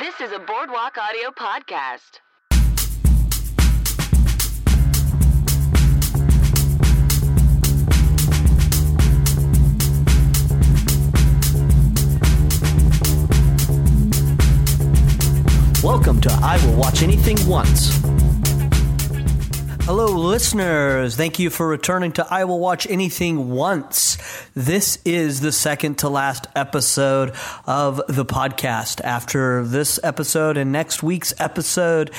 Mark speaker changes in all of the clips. Speaker 1: This is a Boardwalk Audio podcast.
Speaker 2: Welcome to I Will Watch Anything Once. Hello, listeners. Thank you for returning to I Will Watch Anything Once. This is the second to last episode of the podcast. After this episode and next week's episode,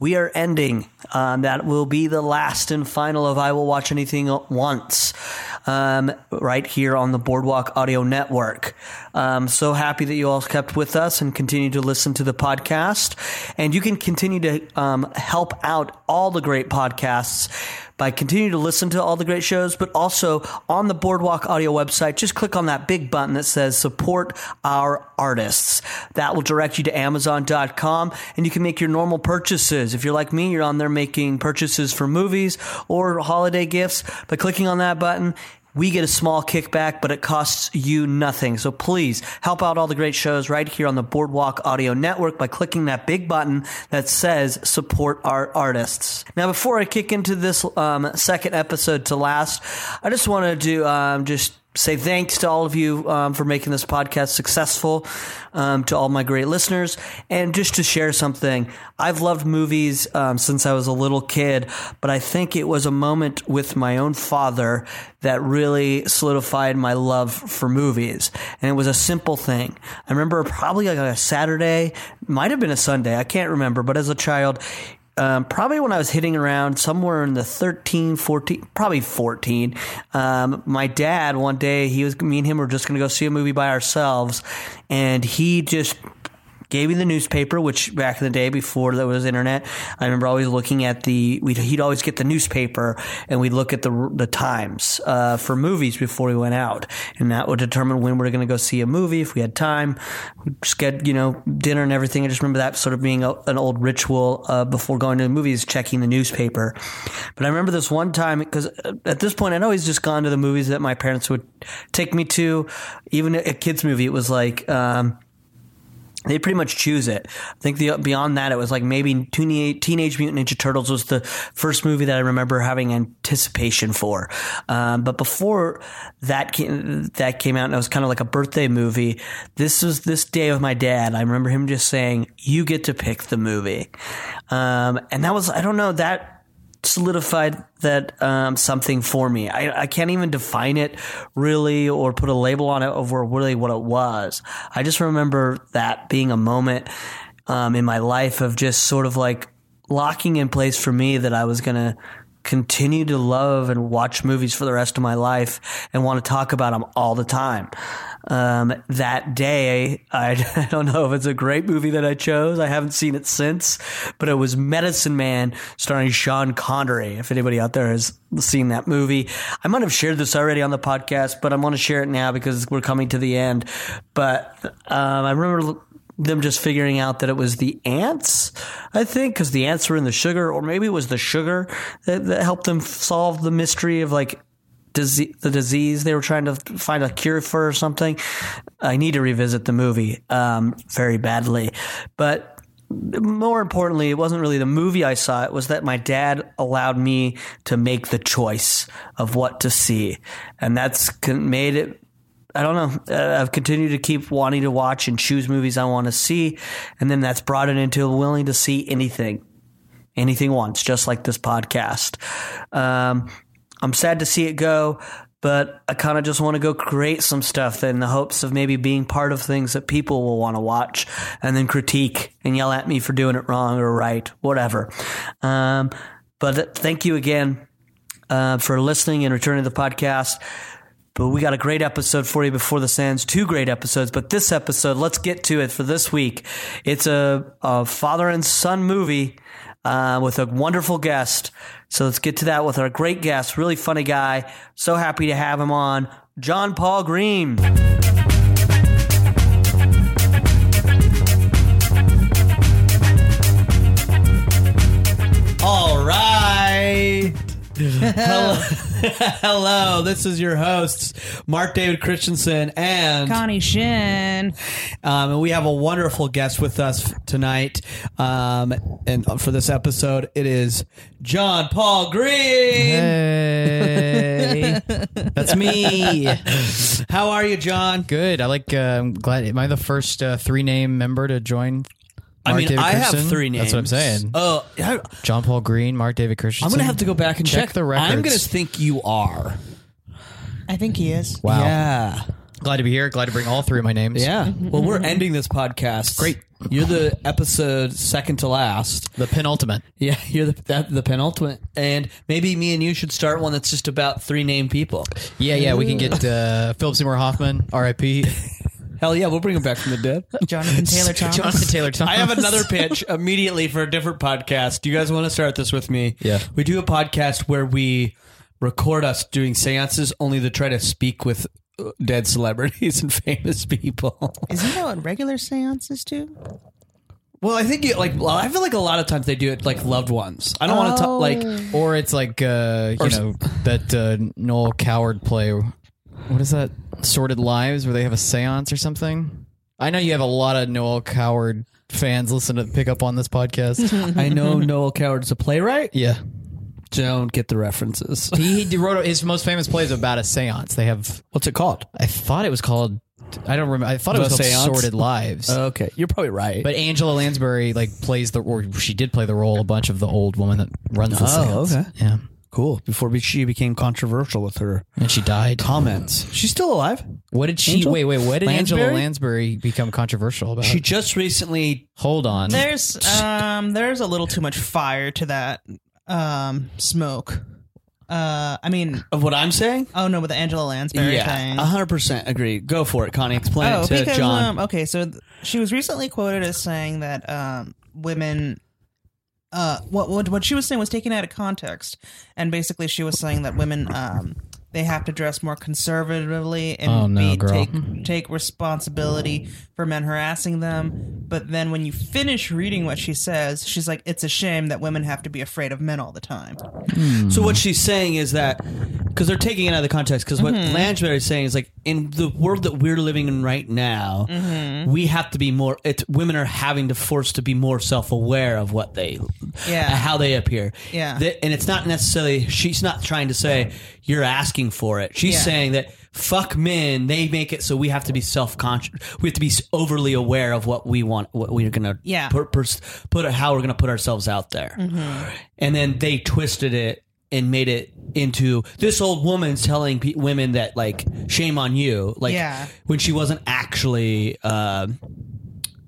Speaker 2: we are ending. Um, that will be the last and final of I Will Watch Anything Once um, right here on the Boardwalk Audio Network. Um, so happy that you all kept with us and continue to listen to the podcast. And you can continue to um, help out all the great podcasts by continuing to listen to all the great shows, but also on the Boardwalk Audio website, just click on that big button that says support our artists. That will direct you to Amazon.com and you can make your normal purchases. If you're like me, you're on there making purchases for movies or holiday gifts by clicking on that button. We get a small kickback, but it costs you nothing. So please help out all the great shows right here on the Boardwalk Audio Network by clicking that big button that says support our artists. Now, before I kick into this um, second episode to last, I just wanted to um, just say thanks to all of you um, for making this podcast successful, um, to all my great listeners, and just to share something. I've loved movies um, since I was a little kid, but I think it was a moment with my own father that really solidified my love for movies. And it was a simple thing. I remember probably like a Saturday, might have been a Sunday, I can't remember, but as a child, um, probably when I was hitting around somewhere in the 13, 14, probably 14, um, my dad one day, he was, me and him were just going to go see a movie by ourselves. And he just gave me the newspaper, which back in the day before there was internet, I remember always looking at the. We'd, he'd always get the newspaper, and we'd look at the the times uh, for movies before we went out, and that would determine when we were going to go see a movie if we had time. We'd just get you know dinner and everything. I just remember that sort of being a, an old ritual uh, before going to the movies, checking the newspaper. But I remember this one time because at this point I'd always just gone to the movies that my parents would take me to, even a kids movie. It was like. Um, they pretty much choose it. I think the, beyond that, it was like maybe Teenage Mutant Ninja Turtles was the first movie that I remember having anticipation for. Um, but before that came, that came out, and it was kind of like a birthday movie. This was this day with my dad. I remember him just saying, "You get to pick the movie," um, and that was I don't know that solidified that um, something for me. I, I can't even define it really or put a label on it over really what it was. I just remember that being a moment um, in my life of just sort of like locking in place for me that I was going to continue to love and watch movies for the rest of my life and want to talk about them all the time. Um, that day, I, I, don't know if it's a great movie that I chose. I haven't seen it since, but it was Medicine Man starring Sean Connery. If anybody out there has seen that movie, I might have shared this already on the podcast, but I'm going to share it now because we're coming to the end. But um, I remember them just figuring out that it was the ants, I think, because the ants were in the sugar, or maybe it was the sugar that, that helped them solve the mystery of like disease, the disease they were trying to find a cure for or something. I need to revisit the movie um, very badly, but more importantly, it wasn't really the movie I saw. It was that my dad allowed me to make the choice of what to see, and that's made it I don't know. Uh, I've continued to keep wanting to watch and choose movies I want to see, and then that's brought it into willing to see anything, anything once, just like this podcast. Um, I'm sad to see it go, but I kind of just want to go create some stuff in the hopes of maybe being part of things that people will want to watch, and then critique and yell at me for doing it wrong or right, whatever. Um, but thank you again uh, for listening and returning to the podcast. But we got a great episode for you before this ends. Two great episodes, but this episode, let's get to it for this week. It's a, a father and son movie uh, with a wonderful guest. So let's get to that with our great guest, really funny guy. So happy to have him on, John Paul Green. All right. Hello. Hello, this is your hosts, Mark David Christensen and
Speaker 3: Connie Shin.
Speaker 2: Um, and we have a wonderful guest with us tonight. Um, and for this episode, it is John Paul Green.
Speaker 4: Hey, that's me.
Speaker 2: How are you, John?
Speaker 4: Good. I like. Uh, I'm glad. Am I the first uh, three name member to join?
Speaker 2: I
Speaker 4: Mark
Speaker 2: mean,
Speaker 4: David
Speaker 2: I have
Speaker 4: Christensen?
Speaker 2: three names.
Speaker 4: That's what I'm saying.
Speaker 2: Oh, I-
Speaker 4: John Paul Green, Mark David Christensen.
Speaker 2: I'm going to have to go back and check,
Speaker 4: Check the records.
Speaker 2: I'm going to think you are.
Speaker 3: I think he is.
Speaker 4: Wow.
Speaker 2: Yeah.
Speaker 4: Glad to be here. Glad to bring all three of my names.
Speaker 2: Yeah. Well, we're ending this podcast.
Speaker 4: Great.
Speaker 2: You're the episode second to last.
Speaker 4: The penultimate.
Speaker 2: Yeah, you're the that, the penultimate, and maybe me and you should start one that's just about three named people.
Speaker 4: Yeah, yeah. We can get uh, Philip Seymour Hoffman, R.I.P.
Speaker 2: Hell yeah, we'll bring him back from the dead.
Speaker 3: Jonathan Taylor Thomas.
Speaker 4: Jonathan Taylor Thomas.
Speaker 2: I have another pitch immediately for a different podcast. Do you guys want to start this with me?
Speaker 4: Yeah.
Speaker 2: we do a podcast where we record us doing seances only to try to speak with uh, dead celebrities and famous people.
Speaker 3: Isn't that what regular seances do?
Speaker 2: Well, I think you, like well, I feel like a lot of times they do it like loved ones. I don't want to talk like
Speaker 4: Or it's like uh, you know that uh, Noel Coward play. What is that? Sorted Lives, where they have a séance or something. I know you have a lot of Noel Coward fans listen to pick up on this podcast.
Speaker 2: I know Noel Coward's a playwright.
Speaker 4: yeah,
Speaker 2: Don't get the references.
Speaker 4: he, he wrote his most famous play is about a séance. They have.
Speaker 2: What's it called?
Speaker 4: I thought it was called. I don't remember. I thought it
Speaker 2: The Uh.
Speaker 4: was called
Speaker 2: Séance?
Speaker 4: Sorted Lives.
Speaker 2: Okay, you're probably right.
Speaker 4: but Angela Lansbury like plays the or she did play the role a bunch of the old woman that runs the
Speaker 2: Oh,
Speaker 4: séance.
Speaker 2: okay.
Speaker 4: Yeah,
Speaker 2: cool. Before we- she became controversial with her
Speaker 4: and she died.
Speaker 2: comments, she's still alive.
Speaker 4: What did she?
Speaker 2: Angela
Speaker 4: Wait, wait. What did Angela
Speaker 2: Lansbury?
Speaker 4: Lansbury become controversial about?
Speaker 2: She just recently.
Speaker 4: Hold on.
Speaker 5: There's um there's a little too much fire to that um smoke. Uh I mean
Speaker 2: Of what I'm saying.
Speaker 5: oh no, with the Angela Lansbury thing.
Speaker 2: Yeah, Uh-huh. hundred percent agree. Go for it, Connie. Explain
Speaker 5: oh,
Speaker 2: it to
Speaker 5: because
Speaker 2: John.
Speaker 5: um okay, so th- she was recently quoted as saying that um women uh what what what she was saying was taken out of context and basically she was saying that women um they have to dress more conservatively and
Speaker 4: Oh, no,
Speaker 5: be,
Speaker 4: girl.
Speaker 5: take take responsibility for men harassing them. But then when you finish reading what she says, she's like, "It's a shame that women have to be afraid of men all the time."
Speaker 2: So what she's saying is that because they're taking it out of the context. Because what
Speaker 5: Mm-hmm.
Speaker 2: Lansbury is saying is like in the world that we're living in right now,
Speaker 5: Mm-hmm.
Speaker 2: we have to be more. It's women are having to force to be more self aware of what they,
Speaker 5: Yeah.
Speaker 2: how they appear.
Speaker 5: Yeah.
Speaker 2: That- and it's not necessarily. She's not trying to say you're asking for it. She's
Speaker 5: Yeah.
Speaker 2: saying that fuck men. They make it so we have to be self conscious. We have to be s- overly aware of what we want. What we're gonna
Speaker 5: Yeah. Mm-hmm.
Speaker 2: put, pers- put how we're gonna put ourselves out there and then they twisted it and made it into this old woman's telling pe- women that like shame on you like
Speaker 5: Yeah.
Speaker 2: when she wasn't actually uh,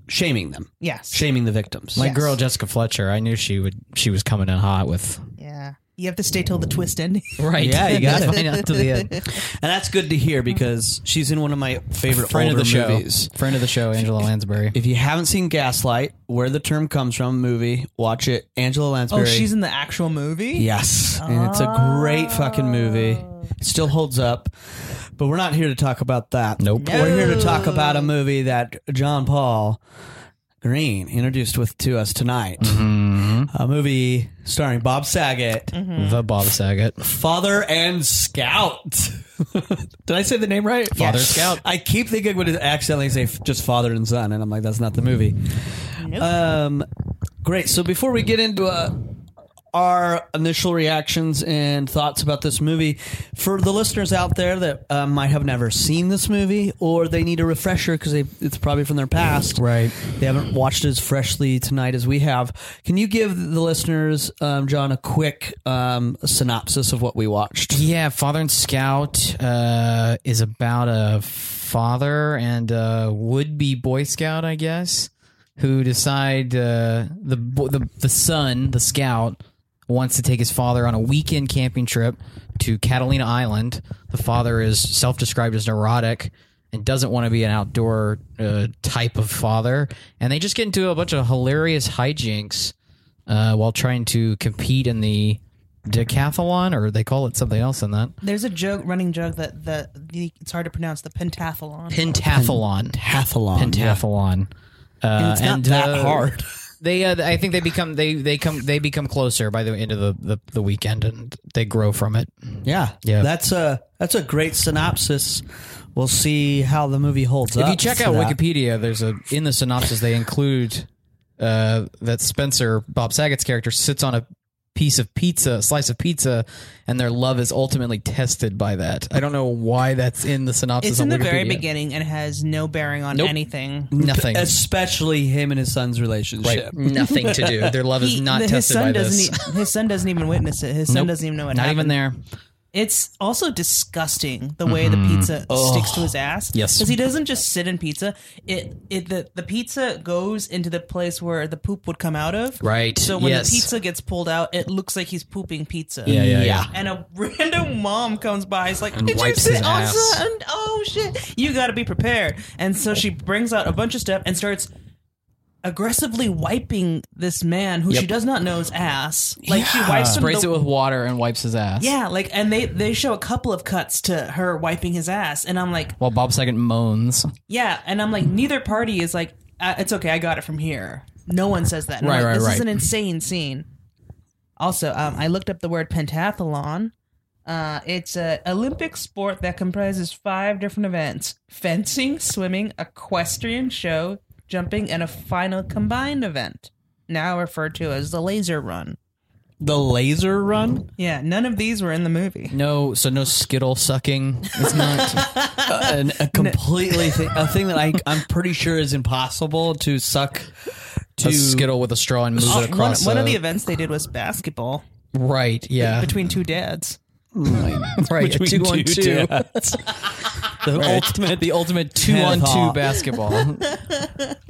Speaker 2: shaming them
Speaker 5: Yes.
Speaker 2: shaming the victims
Speaker 4: My
Speaker 5: Yes.
Speaker 4: girl Jessica Fletcher. I knew she would. She was coming in hot with.
Speaker 5: Yeah. You have to stay till the twist ending.
Speaker 4: Right.
Speaker 2: Yeah, you got it.
Speaker 4: Find out to the end.
Speaker 2: and that's good to hear because she's in one of my favorite
Speaker 4: Friend of
Speaker 2: older
Speaker 4: the show.
Speaker 2: movies
Speaker 4: Friend of the show, Angela Lansbury.
Speaker 2: if you haven't seen gaslight where the term comes from movie watch it angela lansbury
Speaker 5: Oh, she's in the actual movie?
Speaker 2: Yes, and it's a great fucking movie. It still holds up, but we're not here to talk about that.
Speaker 4: Nope.
Speaker 2: We're here to talk about a movie that John Paul Green introduced with to us tonight.
Speaker 4: Mm-hmm.
Speaker 2: A movie starring Bob Saget,
Speaker 4: The Bob Saget.
Speaker 2: Father and Scout. Did I say the name right?
Speaker 4: Father and Scout.
Speaker 2: I keep thinking when I accidentally say f- just father and son, and I'm like, that's not the movie. Um, great. So before we get into uh, our initial reactions and thoughts about this movie, for the listeners out there that uh, might have never seen this movie or they need a refresher because it's probably from their past,
Speaker 4: Right.
Speaker 2: They haven't watched it as freshly tonight as we have. Can you give the listeners, um, John, a quick um, synopsis of what we watched?
Speaker 4: Yeah, Father and Scout uh, is about a father and a would-be Boy Scout, I guess, who decide uh, the, bo- the the son, the scout, wants to take his father on a weekend camping trip to Catalina Island. The father is self-described as neurotic and doesn't want to be an outdoor uh, type of father, and they just get into a bunch of hilarious hijinks uh, while trying to compete in the decathlon, or they call it something else in that
Speaker 5: There's a joke, running joke that the, the it's hard to pronounce the pentathlon.
Speaker 4: pentathlon.
Speaker 2: Hathalon.
Speaker 4: Pentathlon. Uh,
Speaker 2: And it's not that hard.
Speaker 4: They, uh, I think they become they they come they become closer by the end of the, the, the weekend, and they grow from it.
Speaker 2: Yeah,
Speaker 4: Yeah.
Speaker 2: That's a that's a great synopsis. We'll see how the movie holds up.
Speaker 4: If you check
Speaker 2: to
Speaker 4: out
Speaker 2: that.
Speaker 4: Wikipedia, there's a in the synopsis they include uh, that Spencer Bob Saget's character sits on a piece of pizza, a slice of pizza, and their love is ultimately tested by that. I don't know why that's in the synopsis.
Speaker 5: It's in the
Speaker 4: on Wikipedia.
Speaker 5: very beginning and has no bearing on
Speaker 4: Nope.
Speaker 5: anything.
Speaker 4: Nothing.
Speaker 2: especially him and his son's relationship.
Speaker 4: Right. Nothing to do. Their love is
Speaker 5: He-
Speaker 4: not
Speaker 5: the- his
Speaker 4: tested
Speaker 5: son
Speaker 4: by this.
Speaker 5: doesn't. E- his son doesn't even witness it. His son
Speaker 4: Nope.
Speaker 5: doesn't even know what
Speaker 4: Not
Speaker 5: happened.
Speaker 4: even there.
Speaker 5: It's also disgusting the way the pizza sticks to his ass.
Speaker 4: Mm-hmm. Oh. Yes.
Speaker 5: because he doesn't just sit in pizza. It it the, the pizza goes into the place where the poop would come out of.
Speaker 4: Right.
Speaker 5: So when
Speaker 4: Yes.
Speaker 5: the pizza gets pulled out, it looks like he's pooping pizza.
Speaker 4: yeah, yeah.
Speaker 5: And a random mom comes by. Is like, did
Speaker 4: wipes
Speaker 5: you
Speaker 4: his
Speaker 5: sit on
Speaker 4: ass."
Speaker 5: something? Oh shit! You got to be prepared. And so she brings out a bunch of stuff and starts aggressively wiping this man who she does not know's ass. Like she wipes him
Speaker 4: Sprays
Speaker 5: the-
Speaker 4: it with water and wipes his ass.
Speaker 5: yeah, like, and they they show a couple of cuts to her wiping his ass, and I'm like,
Speaker 4: While Bob Saget moans.
Speaker 5: yeah, and I'm like, neither party is like, uh, it's okay, I got it from here. No one says that. And I'm
Speaker 4: Right,
Speaker 5: like,
Speaker 4: right,
Speaker 5: This
Speaker 4: right.
Speaker 5: is an insane scene. Also, um, I looked up the word pentathlon. Uh, it's a Olympic sport that comprises five different events: fencing, swimming, equestrian show, jumping, and a final combined event, now referred to as the laser run.
Speaker 2: The laser run.
Speaker 5: Yeah, none of these were in the movie.
Speaker 4: No, so no skittle sucking. It's not.
Speaker 2: An, a completely thi- a thing that I I'm pretty sure is impossible to suck.
Speaker 4: a skittle with a straw and move
Speaker 5: Oh,
Speaker 4: it
Speaker 5: one-
Speaker 4: across.
Speaker 5: one
Speaker 4: a-
Speaker 5: of the events they did was basketball.
Speaker 4: right, yeah,
Speaker 5: between two dads.
Speaker 4: right. a two on two,
Speaker 2: dads. the ultimate.
Speaker 4: the ultimate two on two
Speaker 2: Pentathlon.
Speaker 4: basketball.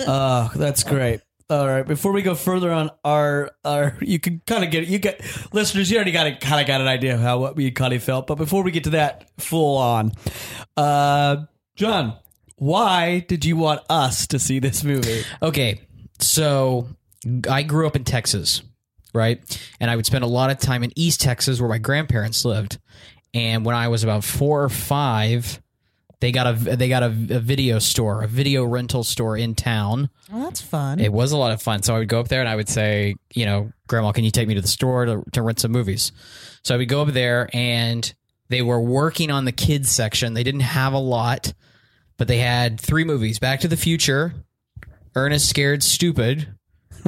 Speaker 2: Oh, that's great. All right. Before we go further on our our, you can kind of get you get listeners. You already got it. Kind of got an idea of how what we kind of felt. But before we get to that full on, uh, John, why did you want us to see this movie?
Speaker 4: Okay, so I grew up in Texas, right? And I would spend a lot of time in East Texas where my grandparents lived. And when I was about four or five, they got a they got a, a video store, a video rental store in town.
Speaker 5: Well, that's fun.
Speaker 4: It was a lot of fun. So I would go up there and I would say, you know, Grandma, can you take me to the store to, to rent some movies? So I would go up there and they were working on the kids section. They didn't have a lot, but they had three movies Back to the Future, Ernest Scared Stupid,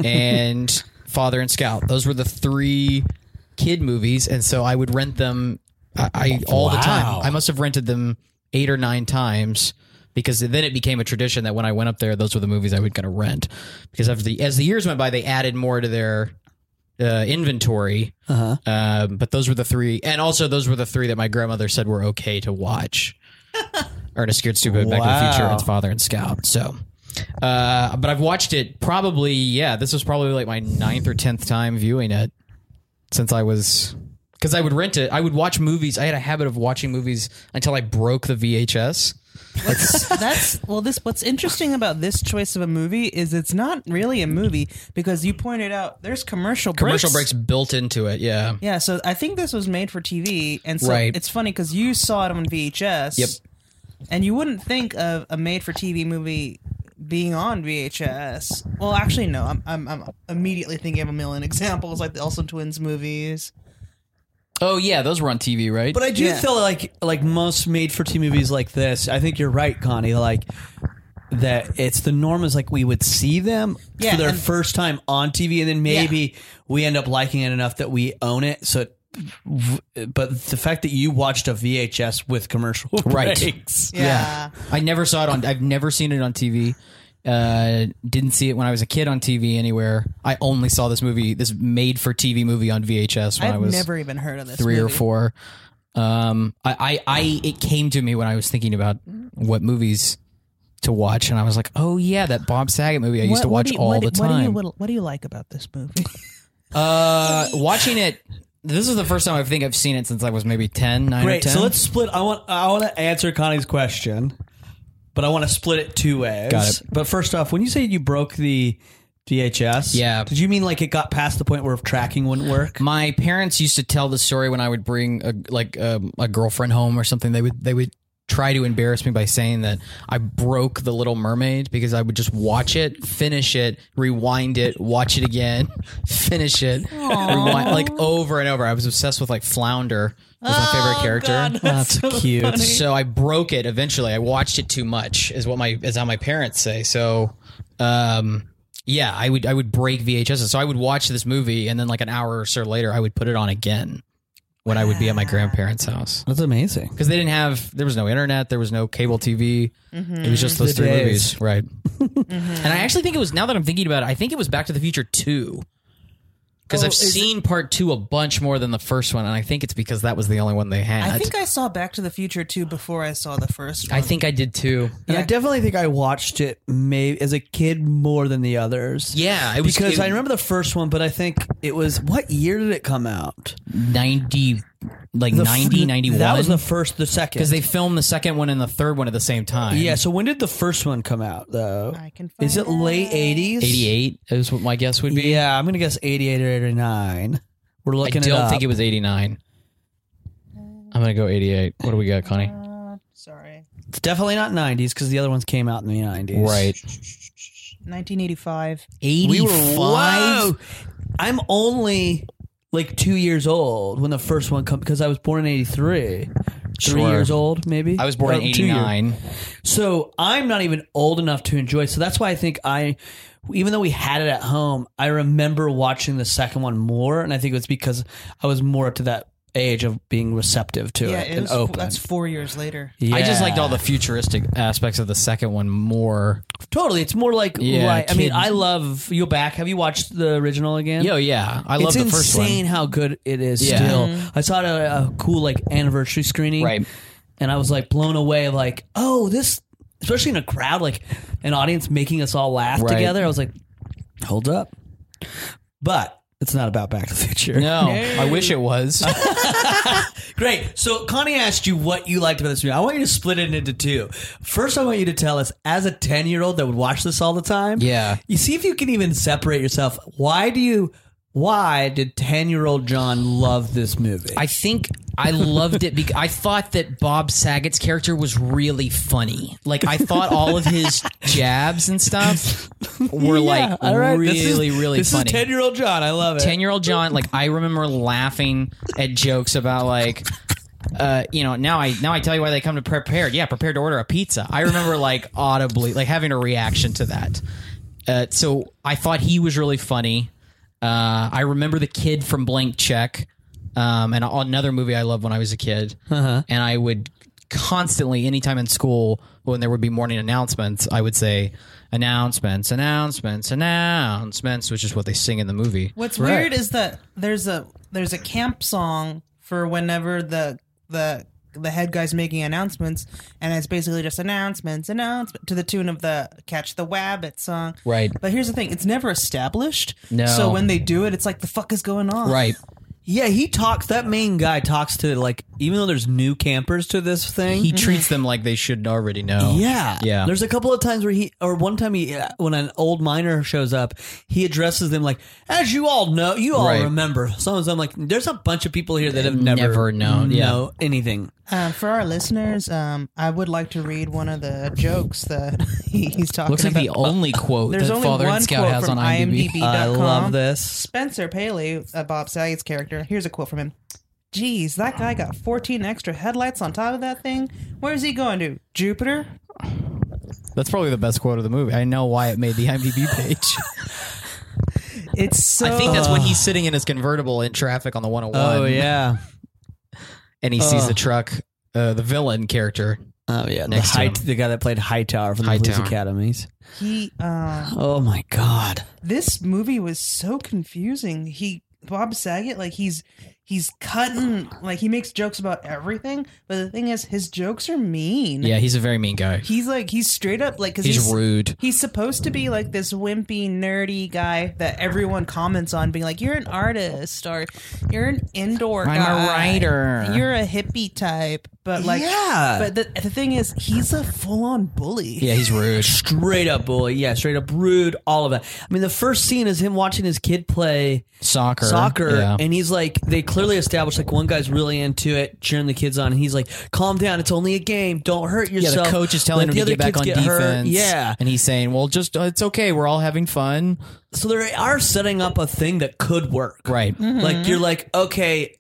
Speaker 4: and Father and Scout. Those were the three kid movies. And so I would rent them I, I all the time.
Speaker 2: Wow.
Speaker 4: I must have rented them eight or nine times because then it became a tradition that when I went up there, those were the movies I would kind of rent. Because after the as the years went by, they added more to their uh, inventory. Uh-huh. but those were the three, and also those were the three that my grandmother said were okay to watch. Ernest Scared Stupid, Back to the
Speaker 2: Wow.
Speaker 4: Future, and Father and Scout. So, uh, but I've watched it probably. Yeah, this was probably like my ninth or tenth time viewing it since I was because I would rent it. I would watch movies. I had a habit of watching movies until I broke the VHS.
Speaker 5: that's well. This what's interesting about this choice of a movie is it's not really a movie because you pointed out there's commercial
Speaker 4: Commercial breaks
Speaker 5: breaks.
Speaker 4: built into it. Yeah.
Speaker 5: Yeah, so I think this was made for TV, and so
Speaker 4: Right.
Speaker 5: it's funny because you saw it on VHS.
Speaker 4: Yep.
Speaker 5: And you wouldn't think of a made-for-TV movie being on VHS. Well, actually, no. I'm I'm, I'm immediately thinking of a million examples like the Olsen twins movies.
Speaker 4: Oh yeah, those were on TV, right?
Speaker 2: But I do
Speaker 5: Yeah.
Speaker 2: feel like like most made for TV movies like this, I think you're right, Connie. Like that it's the norm is like we would see them
Speaker 5: Yeah,
Speaker 2: for their
Speaker 5: and-
Speaker 2: first time on TV, and then maybe we end up liking it enough that we own it. So, it, but the fact that you watched a VHS with commercial
Speaker 4: Right.
Speaker 2: breaks,
Speaker 4: Yeah. I never saw it on. I've never seen it on TV. Uh, didn't see it when I was a kid on TV anywhere. I only saw this movie, this made for TV movie on VHS when
Speaker 5: I've
Speaker 4: I was
Speaker 5: never even heard of this.
Speaker 4: three or
Speaker 5: movie.
Speaker 4: four. Um, I, I, I, it came to me when I was thinking about what movies to watch, and I was like, oh yeah, that Bob Saget movie I used to watch
Speaker 5: do you-
Speaker 4: all
Speaker 5: what-
Speaker 4: the time.
Speaker 5: What do you what do you like about this movie?
Speaker 4: uh, watching it. This is the first time I think I've seen it since I was maybe 10, 9 or
Speaker 2: Great.
Speaker 4: 10.
Speaker 2: So let's split. I want I want to answer Connie's question, but I want to split it two ways.
Speaker 4: Got it.
Speaker 2: But first off, when you say you broke the VHS,
Speaker 4: Yeah.
Speaker 2: did you mean like it got past the point where tracking wouldn't work?
Speaker 4: My parents used to tell the story when I would bring a, like um, a girlfriend home or something. They would they would try to embarrass me by saying that I broke The Little Mermaid because I would just watch it, finish it, rewind it, watch it again, finish it, rewind, like over and over. I was obsessed with like Flounder was my favorite character.
Speaker 2: That's cute.
Speaker 4: So I broke it eventually. I watched it too much, is what my is how my parents say. So, um, yeah, I would I would break VHS. So I would watch this movie, and then like an hour or so later, I would put it on again when I would be at my grandparents' house
Speaker 2: That's amazing.
Speaker 4: because they didn't have there was no internet, there was no cable TV.
Speaker 5: Mm-hmm.
Speaker 4: It was just those
Speaker 2: The
Speaker 4: three
Speaker 2: days.
Speaker 4: movies, right? And I actually think it was now that I'm thinking about it, I think it was Back to the Future two.
Speaker 5: Oh,
Speaker 4: Because I've seen part two a bunch more than the first one, and I think it's because that was the only one they had.
Speaker 5: I think I saw Back to the Future too before I saw the first one.
Speaker 4: I think I did too.
Speaker 2: And I definitely think I watched it maybe as a kid more than the others.
Speaker 4: Yeah, it was
Speaker 2: Because
Speaker 4: it-
Speaker 2: I remember the first one, but I think it was what year did it come out?
Speaker 4: 90 like
Speaker 2: The f-
Speaker 4: 90 91
Speaker 2: That was the first, the second.
Speaker 4: cuz they filmed the second one and the third one at the same time.
Speaker 2: yeah. So when did the first one come out though?
Speaker 3: I can
Speaker 2: Is it
Speaker 3: find
Speaker 2: late eighties?
Speaker 4: 88 is what my guess would be.
Speaker 2: Yeah, I'm gonna guess eighty-eight or eighty-nine. We're
Speaker 4: I
Speaker 2: looking.
Speaker 4: don't
Speaker 2: it up.
Speaker 4: think it was 89. I'm going to go 88. What do we got, Connie?
Speaker 5: Uh, Sorry,
Speaker 2: It's definitely not nineties because the other ones came out in the nineties.
Speaker 4: Right.
Speaker 5: 1985.
Speaker 4: 85
Speaker 2: We were whoa. I'm only like two years old when the first one come because I was born in '83. Three
Speaker 4: Sure.
Speaker 2: years old, maybe.
Speaker 4: I was born
Speaker 2: Or
Speaker 4: in
Speaker 2: two years.
Speaker 4: 89.
Speaker 2: So I'm not even old enough to enjoy. it. So that's why I think I, even though we had it at home, I remember watching the second one more, and I think it was because I was more up to that age of being receptive to
Speaker 5: Yeah,
Speaker 2: it,
Speaker 5: it
Speaker 2: and
Speaker 5: was,
Speaker 2: open.
Speaker 5: that's four years later.
Speaker 2: yeah.
Speaker 4: I just liked all the futuristic aspects of the second one more.
Speaker 2: totally. It's more like
Speaker 4: Yeah,
Speaker 2: right. I mean,
Speaker 4: kid-
Speaker 2: I love you back. Have you watched the original again?
Speaker 4: Yo, yeah. I love
Speaker 2: it's
Speaker 4: the first
Speaker 2: insane
Speaker 4: one.
Speaker 2: how good it is
Speaker 4: Yeah.
Speaker 2: still. I saw it at a, a cool like anniversary screening,
Speaker 4: Right.
Speaker 2: And I was like blown away. Like, oh, this, especially in a crowd, like an audience making us all laugh
Speaker 4: Right.
Speaker 2: together. I was like, hold up. But it's not about Back to the Future.
Speaker 4: No, I wish it was.
Speaker 2: Great. So Connie asked you what you liked about this movie. I want you to split it into two. First, I want you to tell us, as a ten-year-old that would watch this all the time,
Speaker 4: Yeah.
Speaker 2: you see if you can even separate yourself. Why do you? Why did ten-year-old John love this movie?
Speaker 4: I think I loved it because I thought that Bob Saget's character was really funny. Like I thought all of his jabs and stuff were like
Speaker 2: all right,
Speaker 4: really,
Speaker 2: this is-
Speaker 4: really
Speaker 2: this
Speaker 4: funny.
Speaker 2: is ten-year-old John. I love it.
Speaker 4: 10 year old John, like I remember laughing at jokes about like uh, you know, now I now I tell you why they come to prepared. Yeah, prepared to order a pizza. I remember like audibly like having a reaction to that. Uh, so I thought he was really funny. Uh, I remember the kid from Blank Check, um, and another movie I loved when I was a kid.
Speaker 2: Uh-huh.
Speaker 4: And I would constantly, anytime in school, when there would be morning announcements, I would say announcements, announcements, announcements, which is what they sing in the movie.
Speaker 5: What's weird is that there's a there's a camp song for whenever the the the head guy's making announcements, and it's basically just announcements, announcements to the tune of the "Catch the Wabbit" song.
Speaker 4: Right.
Speaker 5: But here's the thing: it's never established.
Speaker 4: No.
Speaker 5: So when they do it, it's like the fuck is going on?
Speaker 4: Right.
Speaker 2: yeah, he talks. That main guy talks to like, even though there's new campers to this thing,
Speaker 4: He treats them like they should already know.
Speaker 2: Yeah,
Speaker 4: Oh, Yeah.
Speaker 2: There's a couple of times where he, or one time he, when an old miner shows up, he addresses them like, "As you all know, you all
Speaker 4: Right.
Speaker 2: remember." So and so, I'm like, "There's a bunch of people here that have never,
Speaker 4: Never known, yeah.
Speaker 2: know anything."
Speaker 5: Um, for our listeners, um, I would like to read one of the jokes that he, he's talking
Speaker 4: Looks like
Speaker 5: about.
Speaker 4: the only quote
Speaker 5: There's
Speaker 4: that
Speaker 5: only
Speaker 4: Father
Speaker 5: one
Speaker 4: and Scout
Speaker 5: quote
Speaker 4: has on
Speaker 5: from
Speaker 4: IMDb. Uh,
Speaker 5: IMDb.
Speaker 2: I
Speaker 5: Dot com.
Speaker 2: love this.
Speaker 5: Spencer Paley, uh, Bob Saget's character. Here's a quote from him. Geez, that guy got 14 extra headlights on top of that thing. Where's he going to? Jupiter?
Speaker 4: That's probably the best quote of the movie. I know why it made the IMDb page.
Speaker 5: It's so.
Speaker 4: I think that's when he's sitting in his convertible in traffic on the 101.
Speaker 2: Oh yeah,
Speaker 4: And he sees the truck, uh, the villain character.
Speaker 2: oh yeah.
Speaker 4: Next
Speaker 2: the,
Speaker 4: to
Speaker 2: high,
Speaker 4: him.
Speaker 2: the guy that played Hightower from the
Speaker 4: Hightower.
Speaker 2: Police Academies.
Speaker 5: he. Uh,
Speaker 2: Oh my god.
Speaker 5: this movie was so confusing. He. Bob Saget, like he's he's cutting, like he makes jokes about everything. But the thing is, his jokes are mean.
Speaker 4: Yeah, he's a very mean guy.
Speaker 5: He's like he's straight up like because
Speaker 4: He's
Speaker 5: he's
Speaker 4: rude.
Speaker 5: He's supposed to be like this wimpy, nerdy guy that everyone comments on, being like, "You're an artist," or "You're an indoor
Speaker 4: I'm a
Speaker 5: guy.
Speaker 4: writer."
Speaker 5: You're a hippie type." But like,
Speaker 2: Yeah.
Speaker 5: But the, the thing is, he's a full-on bully.
Speaker 2: Yeah, he's rude. straight up bully. Yeah, straight up rude. All of that. I mean, the first scene is him watching his kid play
Speaker 4: Soccer.
Speaker 2: soccer,
Speaker 4: Yeah.
Speaker 2: and he's like, they clearly established like one guy's really into it, cheering the kids on, and he's like, "Calm down, it's only a game. Don't hurt
Speaker 4: yeah,
Speaker 2: yourself."
Speaker 4: the coach is telling
Speaker 2: Let
Speaker 4: him to
Speaker 2: the
Speaker 4: get
Speaker 2: other kids
Speaker 4: back on
Speaker 2: get hurt."
Speaker 4: defense.
Speaker 2: Yeah,
Speaker 4: and he's saying, "Well, just uh, it's okay. We're all having fun."
Speaker 2: so they are setting up a thing that could work.
Speaker 4: Right.
Speaker 5: Mm-hmm.
Speaker 2: Like you're like, okay,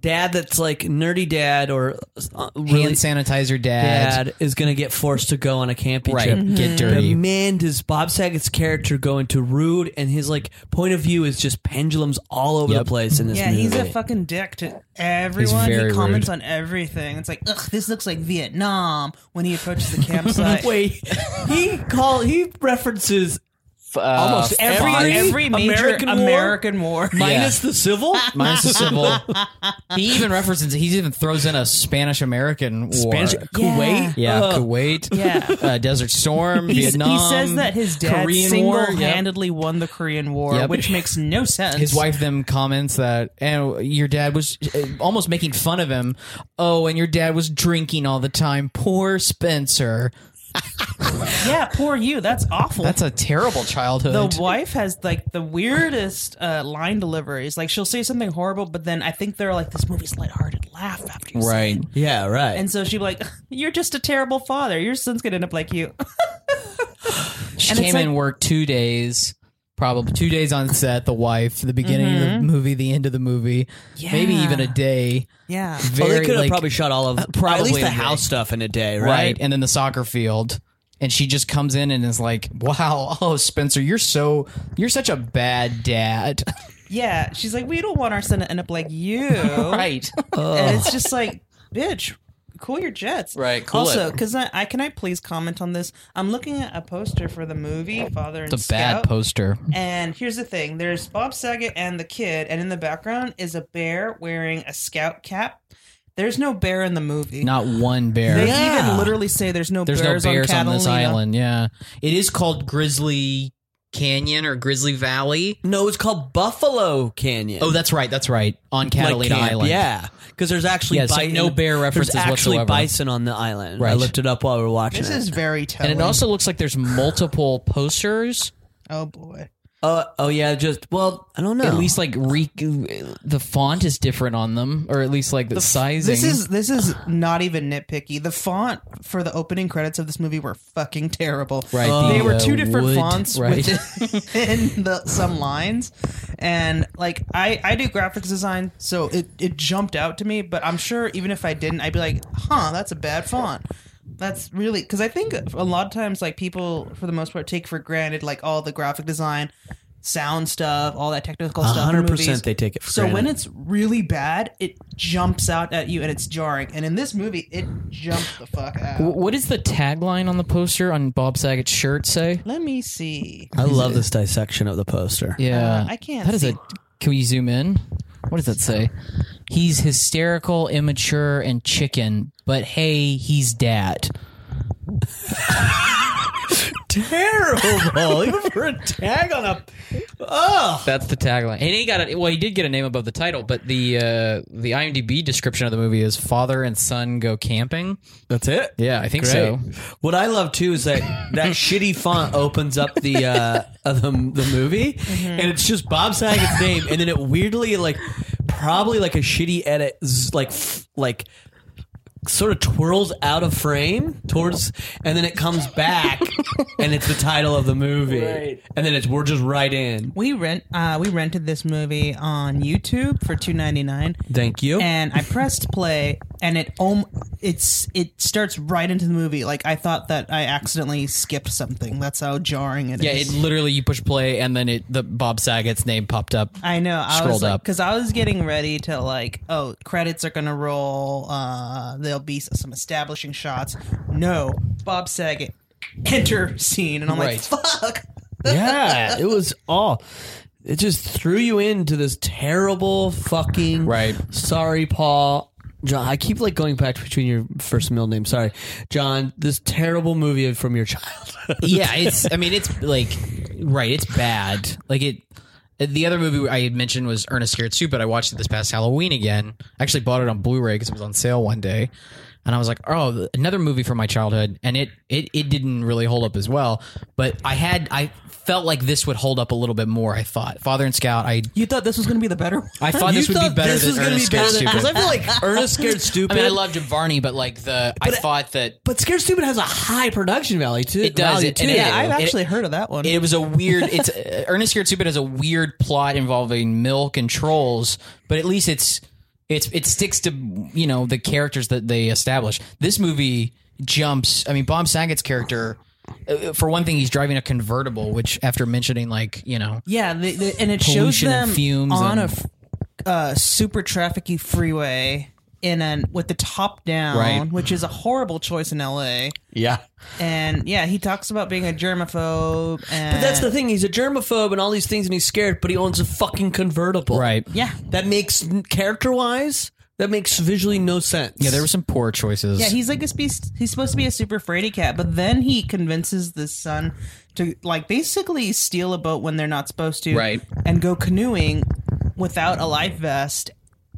Speaker 2: dad, that's like nerdy dad or uh, really
Speaker 4: Hand sanitizer, dad.
Speaker 2: dad is gonna get forced to go on a camping
Speaker 4: Right.
Speaker 2: trip.
Speaker 5: Mm-hmm.
Speaker 4: Get
Speaker 2: But
Speaker 4: dirty.
Speaker 2: man, does Bob Saget's character go into rude, and his like point of view is just pendulums all over
Speaker 4: Yep.
Speaker 2: the place in this
Speaker 5: Yeah,
Speaker 2: movie.
Speaker 5: he's a fucking dick to everyone.
Speaker 4: very
Speaker 5: He comments
Speaker 4: rude.
Speaker 5: on everything. It's like, ugh, this looks like Vietnam when he approaches the campsite.
Speaker 2: Wait, he call he references
Speaker 4: Uh,
Speaker 2: almost every
Speaker 4: Fox.
Speaker 5: every major
Speaker 2: American
Speaker 5: American
Speaker 2: war?
Speaker 5: war.
Speaker 2: minus the civil.
Speaker 4: Minus the civil. he even references. He even throws in a Spanish American war.
Speaker 2: Spanish Kuwait.
Speaker 4: Yeah,
Speaker 2: Ugh.
Speaker 4: Kuwait.
Speaker 5: Yeah.
Speaker 4: uh, Desert Storm,
Speaker 5: He's-
Speaker 4: Vietnam.
Speaker 5: he says that his dad
Speaker 4: Korean War, yep.
Speaker 5: single-handedly won the Korean War,
Speaker 4: Yep.
Speaker 5: which makes no sense.
Speaker 4: His wife then comments that, and your dad was uh, almost making fun of him. Oh, and your dad was drinking all the time. Poor Spencer.
Speaker 5: yeah, poor you. That's awful.
Speaker 4: That's a terrible childhood.
Speaker 5: the wife has like the weirdest uh, line deliveries. Like she'll say something horrible, but then I think they're like, "This movie's lighthearted. Laugh after you." say it."
Speaker 4: right.
Speaker 2: Yeah, right.
Speaker 5: And so she'd be like, "You're just a terrible father. Your son's gonna end up like you."
Speaker 4: She
Speaker 5: And it's
Speaker 4: came in
Speaker 5: like-
Speaker 4: worked two days, probably two days on set. The wife, the beginning of the movie, the end of the movie, maybe
Speaker 5: Mm-hmm. Yeah.
Speaker 4: even a day.
Speaker 5: Yeah.
Speaker 4: Very
Speaker 2: well, they could have
Speaker 4: like-
Speaker 2: probably shot all of probably at
Speaker 4: probably
Speaker 2: least the
Speaker 4: in a day.
Speaker 2: house stuff in a day, right?
Speaker 4: right? And then the soccer field. And she just comes in and is like, "Wow, oh Spencer, you're so you're such a bad dad."
Speaker 5: Yeah. She's like, we don't want our son to end up like you.
Speaker 4: right.
Speaker 5: And it's just like, bitch, cool your jets.
Speaker 4: Right, cool
Speaker 5: also,
Speaker 4: it.
Speaker 5: because I, I can I please comment on this? I'm looking at a poster for the movie Father and
Speaker 4: The bad
Speaker 5: Scout.
Speaker 4: poster.
Speaker 5: And here's the thing: there's Bob Saget and the kid, and in the background is a bear wearing a scout cap. There's no bear in the movie.
Speaker 4: Not one bear.
Speaker 5: They even literally say there's no
Speaker 4: There's
Speaker 5: bears,
Speaker 4: no bears on,
Speaker 5: on,
Speaker 4: this
Speaker 5: Catalina.
Speaker 4: island. Yeah. It is called Grizzly Canyon or Grizzly Valley.
Speaker 2: No, it's called Buffalo Canyon.
Speaker 4: Oh, that's right. That's right. On
Speaker 2: Like
Speaker 4: Catalina
Speaker 2: camp,
Speaker 4: Island.
Speaker 2: Yeah, because there's actually
Speaker 4: Yeah, it's like
Speaker 2: bison,
Speaker 4: no bear references
Speaker 2: there's actually
Speaker 4: whatsoever.
Speaker 2: bison on the island. I
Speaker 4: Right.
Speaker 2: looked it up while we were watching.
Speaker 3: This
Speaker 2: it.
Speaker 3: is very
Speaker 4: And
Speaker 3: telling.
Speaker 4: it also looks like there's multiple posters.
Speaker 3: oh boy.
Speaker 2: Uh, oh yeah, just well, I don't know.
Speaker 4: At least like re- the font is different on them, or at least like the, sizing.
Speaker 5: This is this is not even nitpicky. The font for the opening credits of this movie were fucking terrible.
Speaker 4: Right,
Speaker 5: they
Speaker 4: the,
Speaker 5: were two
Speaker 4: uh,
Speaker 5: different
Speaker 4: wood,
Speaker 5: fonts
Speaker 4: right.
Speaker 5: within the, some lines, and like I I do graphics design, so it it jumped out to me. But I'm sure even if I didn't, I'd be like, huh, that's a bad font. That's really because I think a lot of times like people for the most part take for granted like all the graphic design. Sound stuff, all that technical stuff. in
Speaker 2: 100%
Speaker 5: movies.
Speaker 2: they take it for
Speaker 5: So when
Speaker 2: granted.
Speaker 5: it's really bad, it jumps out at you and it's jarring. And in this movie, it jumped the fuck out.
Speaker 4: What does the tagline on the poster on Bob Saget's shirt say?
Speaker 5: Let me see.
Speaker 2: I love this dissection of the poster.
Speaker 4: Yeah,
Speaker 5: Uh, I can't
Speaker 4: That is
Speaker 5: see.
Speaker 4: a. Can we zoom in? What does that say? He's hysterical, immature, and chicken. But hey, he's dad.
Speaker 2: Terrible, even for a tag on a. Oh,
Speaker 4: That's the tagline. And he got it. Well, he did get a name above the title, but the uh, the IMDb description of the movie is father and son go camping.
Speaker 2: that's it.
Speaker 4: Yeah, I think so.
Speaker 2: What I love too is that that shitty font opens up the uh, of the, the movie, and it's just Bob Saget's name, and then it weirdly like probably like a shitty edit, z- like f- like sort of twirls out of frame towards, and then it comes back, and it's the title of the movie, and then it's we're just right in.
Speaker 5: We rent. Uh, we rented this movie on YouTube for two ninety nine,
Speaker 2: Thank you.
Speaker 5: and I pressed play, and it om- it's it starts right into the movie. Like I thought that I accidentally skipped something. That's how jarring it is.
Speaker 4: Yeah, it literally you push play and then it the Bob Saget's name popped up.
Speaker 5: I know. I
Speaker 4: Scrolled
Speaker 5: was like,
Speaker 4: up.
Speaker 5: because I was getting ready to like, oh, credits are gonna roll. Uh, there'll be s- some establishing shots. No, Bob Saget, enter scene, and I'm
Speaker 4: Right.
Speaker 5: like, fuck.
Speaker 2: yeah, it was all. It just threw you into this terrible fucking.
Speaker 4: Right.
Speaker 2: Sorry, Paul. John, I keep like going back between your first middle name. Sorry, John. This terrible movie from your childhood.
Speaker 4: yeah, it's. I mean, it's like right. It's bad. Like it. The other movie I had mentioned was Ernest Scared Soup, but I watched it this past Halloween again. I actually bought it on Blu-ray because it was on sale one day. and I was like, oh, another movie from my childhood, and it it it didn't really hold up as well. But I had I felt like this would hold up a little bit more. I thought Father and Scout. I
Speaker 5: You thought this was going to be the better one?
Speaker 4: I thought this would be better than
Speaker 2: gonna
Speaker 4: Ernest Scared
Speaker 2: because I
Speaker 4: Stupid.
Speaker 2: feel like Ernest Scared
Speaker 4: I
Speaker 2: Stupid.
Speaker 4: mean, I loved Varney, but like the I thought that
Speaker 2: but Scared Stupid has a high production value too.
Speaker 4: It does,
Speaker 2: value
Speaker 4: it-
Speaker 2: too.
Speaker 4: and it-
Speaker 5: Yeah, I've
Speaker 4: It-
Speaker 5: actually heard of that one.
Speaker 4: It was a weird. It's uh, Ernest Scared Stupid has a weird plot involving milk and trolls, but at least it's it's it sticks to you know the characters that they establish. This movie jumps. I mean, Bob Saget's character. uh, For one thing, he's driving a convertible, which after mentioning like you know
Speaker 5: yeah, they, they, and it shows
Speaker 4: pollution
Speaker 5: them
Speaker 4: and fumes
Speaker 5: on
Speaker 4: and-
Speaker 5: a a uh, super trafficky freeway in an with the top down,
Speaker 4: Right.
Speaker 5: which is a horrible choice in L.A.
Speaker 2: yeah.
Speaker 5: And yeah, he talks about being a germaphobe. And
Speaker 6: But that's the thing. He's a germaphobe and all these things, and he's scared. But he owns a fucking convertible.
Speaker 4: right.
Speaker 5: yeah.
Speaker 6: That makes character wise. That makes visually no sense.
Speaker 4: Yeah, there were some poor choices.
Speaker 5: Yeah, he's like a spe- he's supposed to be a super fraidy cat, but then he convinces the son to like basically steal a boat when they're not supposed to,
Speaker 4: Right.
Speaker 5: And go canoeing without a life vest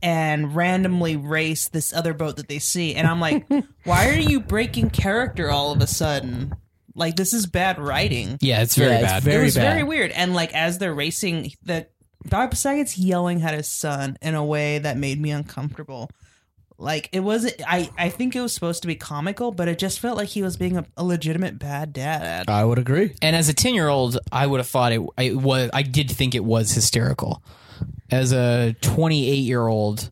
Speaker 5: and randomly race this other boat that they see. And I'm like, why are you breaking character all of a sudden? Like this is bad writing.
Speaker 4: yeah, it's very
Speaker 2: Yeah, it's
Speaker 4: bad.
Speaker 2: very
Speaker 5: it was
Speaker 2: bad.
Speaker 5: very weird. And like as they're racing, the Bob Saget's yelling at his son in a way that made me uncomfortable. Like it wasn't. I I think it was supposed to be comical, but it just felt like he was being a, a legitimate bad dad.
Speaker 4: Oh,
Speaker 2: I would agree.
Speaker 4: and as a 10 year old i would have thought it, it was i did think it was hysterical as a 28 year old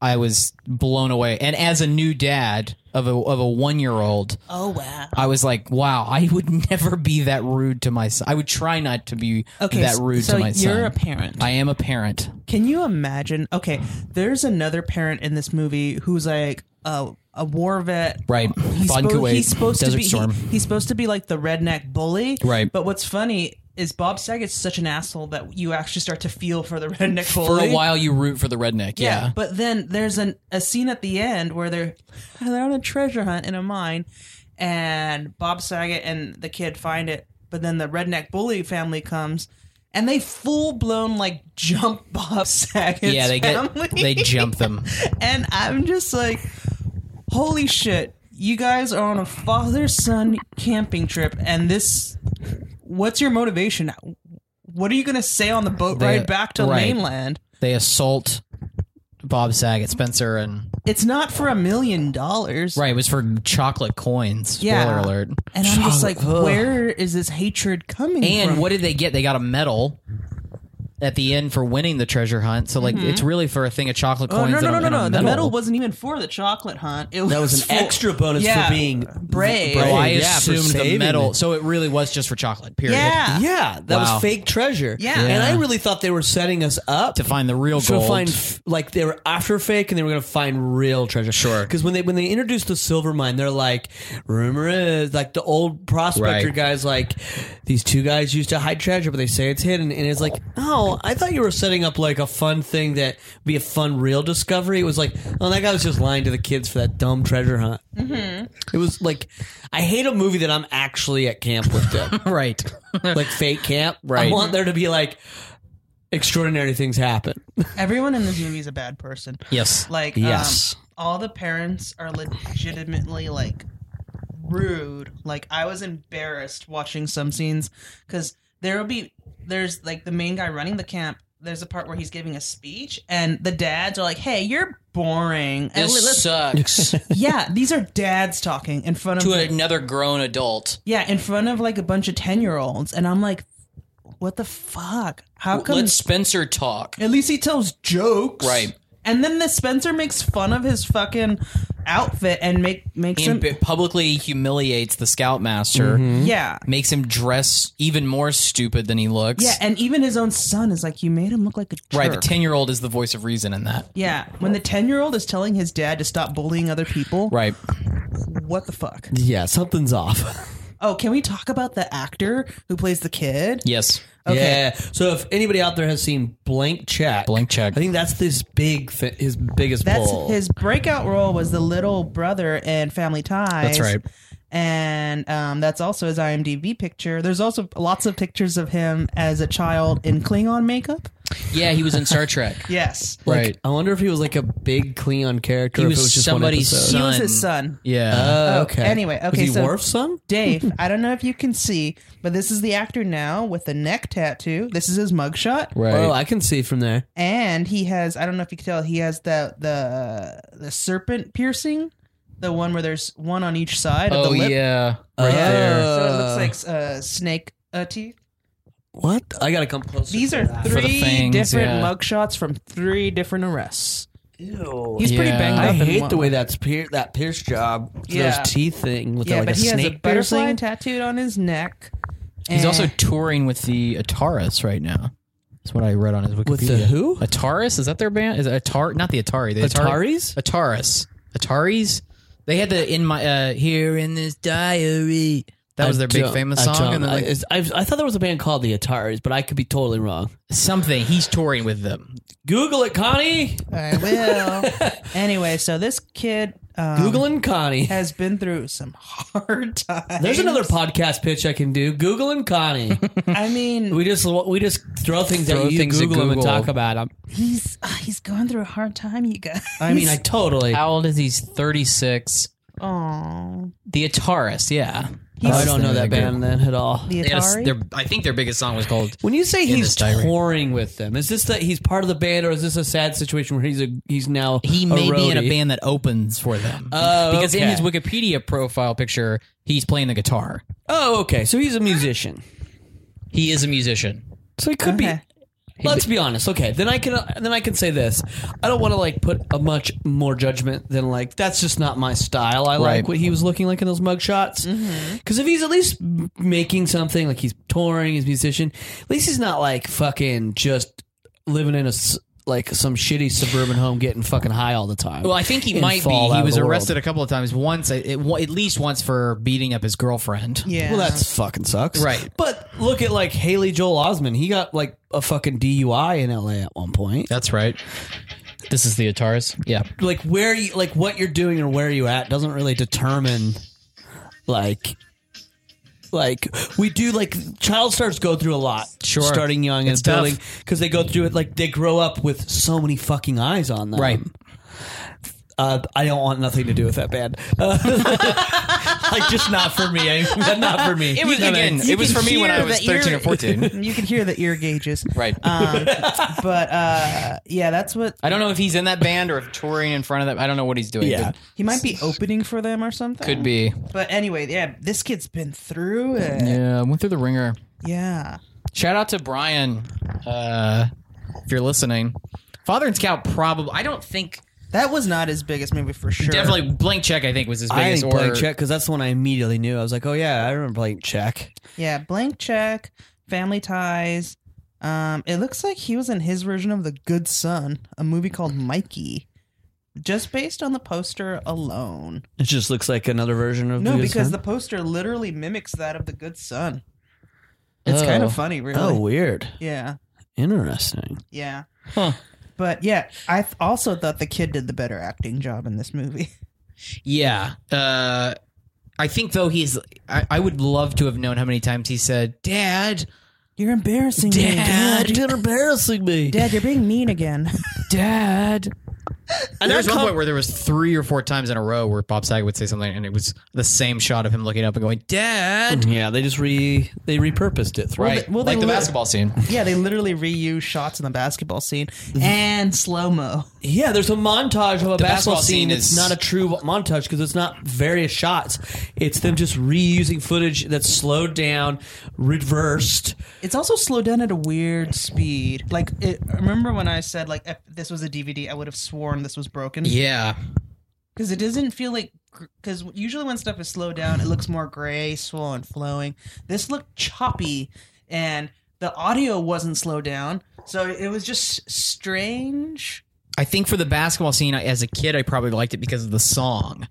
Speaker 4: i was blown away and as a new dad of a, of a one year old
Speaker 5: Oh wow.
Speaker 4: i was like wow i would never be that rude to my son i would try not to be
Speaker 5: Okay,
Speaker 4: that
Speaker 5: so-
Speaker 4: rude
Speaker 5: so
Speaker 4: to my son
Speaker 5: you're a parent.
Speaker 4: i am a parent
Speaker 5: Can you imagine? Okay, there's another parent in this movie who's like a a war vet,
Speaker 4: Right.
Speaker 5: He's,
Speaker 4: Von
Speaker 5: spo-
Speaker 4: Kuwait,
Speaker 5: he's supposed
Speaker 4: Desert
Speaker 5: to be he-
Speaker 4: Storm.
Speaker 5: he's supposed to be like the redneck bully,
Speaker 4: Right.
Speaker 5: But what's funny is Bob Saget's such an asshole that you actually start to feel for the redneck bully
Speaker 4: for a while you root for the redneck yeah,
Speaker 5: but then there's an, a scene at the end where they're they're on a treasure hunt in a mine, and Bob Saget and the kid find it. But then the redneck bully family comes, and they full blown like jump Bob Saget's
Speaker 4: yeah they get
Speaker 5: family.
Speaker 4: they jump them
Speaker 5: and I'm just like, holy shit! You guys are on a father son camping trip, and this. What's your motivation? What are you gonna say on the boat
Speaker 4: They-
Speaker 5: ride back to
Speaker 4: right.
Speaker 5: mainland?
Speaker 4: they assault bob saget spencer and
Speaker 5: It's not for a million dollars.
Speaker 4: right it was for chocolate coins spoiler
Speaker 5: Yeah.
Speaker 4: alert
Speaker 5: And I'm just like, where is this hatred coming
Speaker 4: And
Speaker 5: from?
Speaker 4: what did they get? They got a medal at the end for winning the treasure hunt. So like, it's really for a thing of chocolate
Speaker 5: Mm-hmm. Oh,
Speaker 4: coins.
Speaker 5: no,
Speaker 4: and
Speaker 5: no, no,
Speaker 4: a-
Speaker 5: no, no.
Speaker 4: and a
Speaker 5: The
Speaker 4: medal.
Speaker 5: medal wasn't even for the chocolate hunt. It was
Speaker 6: That was an
Speaker 5: for-
Speaker 6: extra bonus
Speaker 5: Yeah.
Speaker 6: for being
Speaker 5: brave.
Speaker 4: Oh, I
Speaker 6: Yeah, for
Speaker 4: assumed the
Speaker 6: saving
Speaker 4: medal.
Speaker 6: it.
Speaker 4: So it really was just for chocolate. Period.
Speaker 5: Yeah.
Speaker 6: Yeah, that
Speaker 4: Wow.
Speaker 6: was fake treasure.
Speaker 5: Yeah.
Speaker 6: and I really thought they were setting us up
Speaker 4: To find the real
Speaker 6: to
Speaker 4: gold.
Speaker 6: find f- like they were after fake and they were going to find real treasure.
Speaker 4: Sure.
Speaker 6: because when they when they introduced the silver mine, they're like, rumor is like the old prospector
Speaker 4: Right.
Speaker 6: guys like these two guys used to hide treasure, but they say it's hidden, and it's like, oh, I thought you were setting up like a fun thing that would be a fun real discovery. It was like, oh, that guy was just lying to the kids for that dumb treasure hunt. Mm-hmm. It was like, I hate a movie that I'm actually at camp with them.
Speaker 4: right.
Speaker 6: like fake camp.
Speaker 4: Right.
Speaker 6: I want there to be like extraordinary things happen.
Speaker 5: Everyone in this movie is a bad person.
Speaker 4: yes.
Speaker 5: Like,
Speaker 6: Yes.
Speaker 5: um, all the parents are legitimately like rude. Like, I was embarrassed watching some scenes because there will be there's like the main guy running the camp. There's a part where he's giving a speech, and the dads are like, "Hey, you're boring." And li-
Speaker 4: This sucks
Speaker 5: yeah, these are dads talking in front of
Speaker 4: to another grown adult.
Speaker 5: Yeah, in front of like a bunch of 10 year olds. And I'm like, what the fuck? How come
Speaker 4: Let Spencer talk.
Speaker 5: at least he tells jokes?
Speaker 4: Right.
Speaker 5: And then the Spencer makes fun of his fucking outfit and make makes
Speaker 4: He
Speaker 5: him
Speaker 4: emb- publicly humiliates the scoutmaster.
Speaker 5: Yeah.
Speaker 4: Makes him dress even more stupid than he looks.
Speaker 5: Yeah, and even his own son is like, You made him look like a jerk.
Speaker 4: right. The ten year old is the voice of reason in that.
Speaker 5: yeah. When the ten year old is telling his dad to stop bullying other people,
Speaker 4: Right.
Speaker 5: what the fuck?
Speaker 6: Yeah, something's off.
Speaker 5: Oh, can we talk about the actor who plays the kid?
Speaker 4: Yes.
Speaker 6: Yeah. So if anybody out there has seen Blank Check,
Speaker 4: Blank Check.
Speaker 6: I think that's this big thi- his biggest
Speaker 5: That's
Speaker 6: pull.
Speaker 5: his breakout role was the little brother in Family Ties.
Speaker 4: That's right.
Speaker 5: And um, that's also his IMDb picture. There's also lots of pictures of him as a child in Klingon makeup.
Speaker 7: Yeah, he was in Star Trek.
Speaker 5: Yes.
Speaker 2: Like,
Speaker 4: Right.
Speaker 2: I wonder if he was like a big Cleon character.
Speaker 7: He
Speaker 2: or
Speaker 7: was
Speaker 2: if it was just one
Speaker 7: somebody's
Speaker 2: episode.
Speaker 7: son.
Speaker 5: He was his son.
Speaker 4: Yeah.
Speaker 2: Oh, okay.
Speaker 5: anyway, okay,
Speaker 2: Was he
Speaker 5: so-
Speaker 2: Worf's son?
Speaker 5: Dave, I don't know if you can see, but this is the actor now with the neck tattoo. This is his mugshot.
Speaker 4: right.
Speaker 2: Oh, I can see from there.
Speaker 5: And he has I don't know if you can tell, he has the the the serpent piercing, the one where there's one on each side of
Speaker 4: oh
Speaker 5: the lip.
Speaker 4: yeah.
Speaker 2: Right there.
Speaker 5: So it looks like uh, snake uh, teeth.
Speaker 2: What? I gotta come closer.
Speaker 5: These are
Speaker 4: the
Speaker 5: three
Speaker 4: fangs,
Speaker 5: different
Speaker 4: yeah.
Speaker 5: mugshots from three different arrests.
Speaker 2: Ew.
Speaker 5: He's pretty
Speaker 4: Yeah.
Speaker 5: banged
Speaker 2: I
Speaker 5: up. in
Speaker 2: hate
Speaker 5: one.
Speaker 2: the way that's pier- that pierce job. with
Speaker 5: Yeah.
Speaker 2: Those teeth thing with
Speaker 5: Yeah,
Speaker 2: like
Speaker 5: but
Speaker 2: a
Speaker 5: he has
Speaker 2: snake
Speaker 5: a butterfly
Speaker 2: piercing.
Speaker 5: tattooed on his neck.
Speaker 4: He's
Speaker 5: Eh.
Speaker 4: also touring with the Ataris right now. That's what I read on his Wikipedia.
Speaker 2: With the who?
Speaker 4: Ataris? Is that their band? Is it Atar? Not the Atari. The
Speaker 2: Ataris?
Speaker 4: Atari- Ataris. Ataris. They had the in my uh here in this diary. That was their big famous song, and then
Speaker 2: I,
Speaker 4: like
Speaker 2: is- I, I thought there was a band called the Ataris, but I could be totally wrong.
Speaker 4: something. He's touring with them.
Speaker 2: Google it, Connie.
Speaker 5: I will. anyway, so this kid um,
Speaker 2: Googling Connie.
Speaker 5: has been through some hard times.
Speaker 2: There's another podcast pitch I can do. Googling Connie.
Speaker 5: I mean,
Speaker 2: we just we just throw things
Speaker 4: Throw
Speaker 2: at you,
Speaker 4: things at
Speaker 2: Google, them, and
Speaker 4: Google.
Speaker 2: talk about them.
Speaker 5: he's ah, he's going through a hard time, you guys.
Speaker 2: I mean, I totally.
Speaker 4: How old is he? Thirty six.
Speaker 5: Aww.
Speaker 4: The Ataris. Yeah.
Speaker 2: I don't know that band then at all.
Speaker 5: the
Speaker 4: They had a s-
Speaker 5: Atari.
Speaker 4: their- I think their biggest song was called.
Speaker 2: When you say he's
Speaker 4: this diary.
Speaker 2: touring with them, is this that he's part of the band, or is this a sad situation where he's a he's now
Speaker 4: He
Speaker 2: a
Speaker 4: may be in a
Speaker 2: roadie?
Speaker 4: band that opens for them.
Speaker 2: Oh,
Speaker 4: because in
Speaker 2: okay.
Speaker 4: his Wikipedia profile picture, he's playing the guitar.
Speaker 2: Oh, okay. So he's a musician.
Speaker 4: He is a musician.
Speaker 2: So he could
Speaker 5: Okay.
Speaker 2: be. Let's be honest. Okay, then I can then I can say this. I don't want to like put a much more judgment than like that's just not my style. I
Speaker 4: Right. Mm-hmm.
Speaker 2: like what he was looking like in those mug shots. Because if he's at least m- making something, like he's touring, he's a musician. At least he's not like fucking just living in a s- like some shitty suburban home, getting fucking high all the time.
Speaker 4: Well, I think he
Speaker 2: And
Speaker 4: might be.
Speaker 2: fall out
Speaker 4: He
Speaker 2: of
Speaker 4: was
Speaker 2: the world.
Speaker 4: arrested a couple of times. Once, at, at least once, for beating up his girlfriend.
Speaker 5: yeah.
Speaker 2: Well, that's fucking sucks.
Speaker 4: Right.
Speaker 2: But look at like Haley Joel Osment. He got like a fucking DUI in LA at one point.
Speaker 4: That's right. This is the Ataris. Yeah.
Speaker 2: like where you like what you're doing or where you at doesn't really determine like like we do like child stars go through a lot
Speaker 4: Sure.
Speaker 2: starting young and
Speaker 4: It's tough.
Speaker 2: building because they go through it like they grow up with so many fucking eyes on them
Speaker 4: Right.
Speaker 2: uh, I don't want nothing to do with that band. Uh, like, just not for me. I- Not for me.
Speaker 4: It was again.
Speaker 5: You
Speaker 4: It was
Speaker 5: can
Speaker 4: for me when
Speaker 5: hear
Speaker 4: I was
Speaker 5: the ear-
Speaker 4: thirteen or fourteen.
Speaker 5: you can hear the ear gauges.
Speaker 4: right.
Speaker 5: Um, but uh, yeah, that's what
Speaker 4: I don't know if he's in that band or if touring in front of that. I don't know what he's doing.
Speaker 2: Yeah.
Speaker 4: but
Speaker 5: he might be opening for them or something.
Speaker 4: Could be.
Speaker 5: But anyway, yeah, this kid's been through it. Yeah.
Speaker 4: Yeah. Went through the ringer. Shout out to Brian. Uh, if you're listening, Father and Scout probably. I don't think.
Speaker 5: That was not his biggest movie for sure.
Speaker 4: Definitely, Blank Check. I think was his
Speaker 2: I
Speaker 4: biggest.
Speaker 2: think
Speaker 4: or
Speaker 2: Blank Check because that's the one I immediately knew. I was like, oh yeah, I remember Blank Check.
Speaker 5: Yeah, blank check, family ties. Um, it looks like he was in his version of The Good Son, a movie called Mikey, just based on the poster alone.
Speaker 2: It just looks like another version of
Speaker 5: No,
Speaker 2: Good
Speaker 5: because
Speaker 2: Son.
Speaker 5: the poster literally mimics that of The Good Son. It's kind of funny, really.
Speaker 2: oh weird,
Speaker 5: Yeah,
Speaker 2: interesting.
Speaker 5: yeah. But yeah, I th- also thought the kid did the better acting job in this movie.
Speaker 4: Yeah. Uh, I think though he's, I, I would love to have known how many times he said, "Dad,
Speaker 5: You're embarrassing
Speaker 4: Dad,
Speaker 2: You're embarrassing me.
Speaker 5: Dad, you're being mean again.
Speaker 4: Dad." And there was
Speaker 2: that
Speaker 4: one
Speaker 2: com-
Speaker 4: point where there was three or four times in a row where Bob Saget would say something, and it was the same shot of him looking up and going, "Dad."
Speaker 2: Yeah, they just re they repurposed it, right?
Speaker 5: well, they
Speaker 4: like the
Speaker 5: li-
Speaker 4: basketball scene.
Speaker 5: yeah, they literally reuse shots in the basketball scene and slow mo.
Speaker 2: yeah, there's a montage of a basketball,
Speaker 4: basketball
Speaker 2: scene.
Speaker 4: scene
Speaker 2: It's
Speaker 4: is-
Speaker 2: not a true montage because it's not various shots. It's them just reusing footage that's slowed down, reversed.
Speaker 5: It's also slowed down at a weird speed. Like, it, remember when I said like if this was a DVD, I would have sworn this was broken.
Speaker 4: Yeah.
Speaker 5: because it doesn't feel like because usually when stuff is slowed down, it looks more graceful and flowing. This looked choppy, and the audio wasn't slowed down, so it was just strange.
Speaker 4: I think for the basketball scene, I, as a kid, I probably liked it because of the song.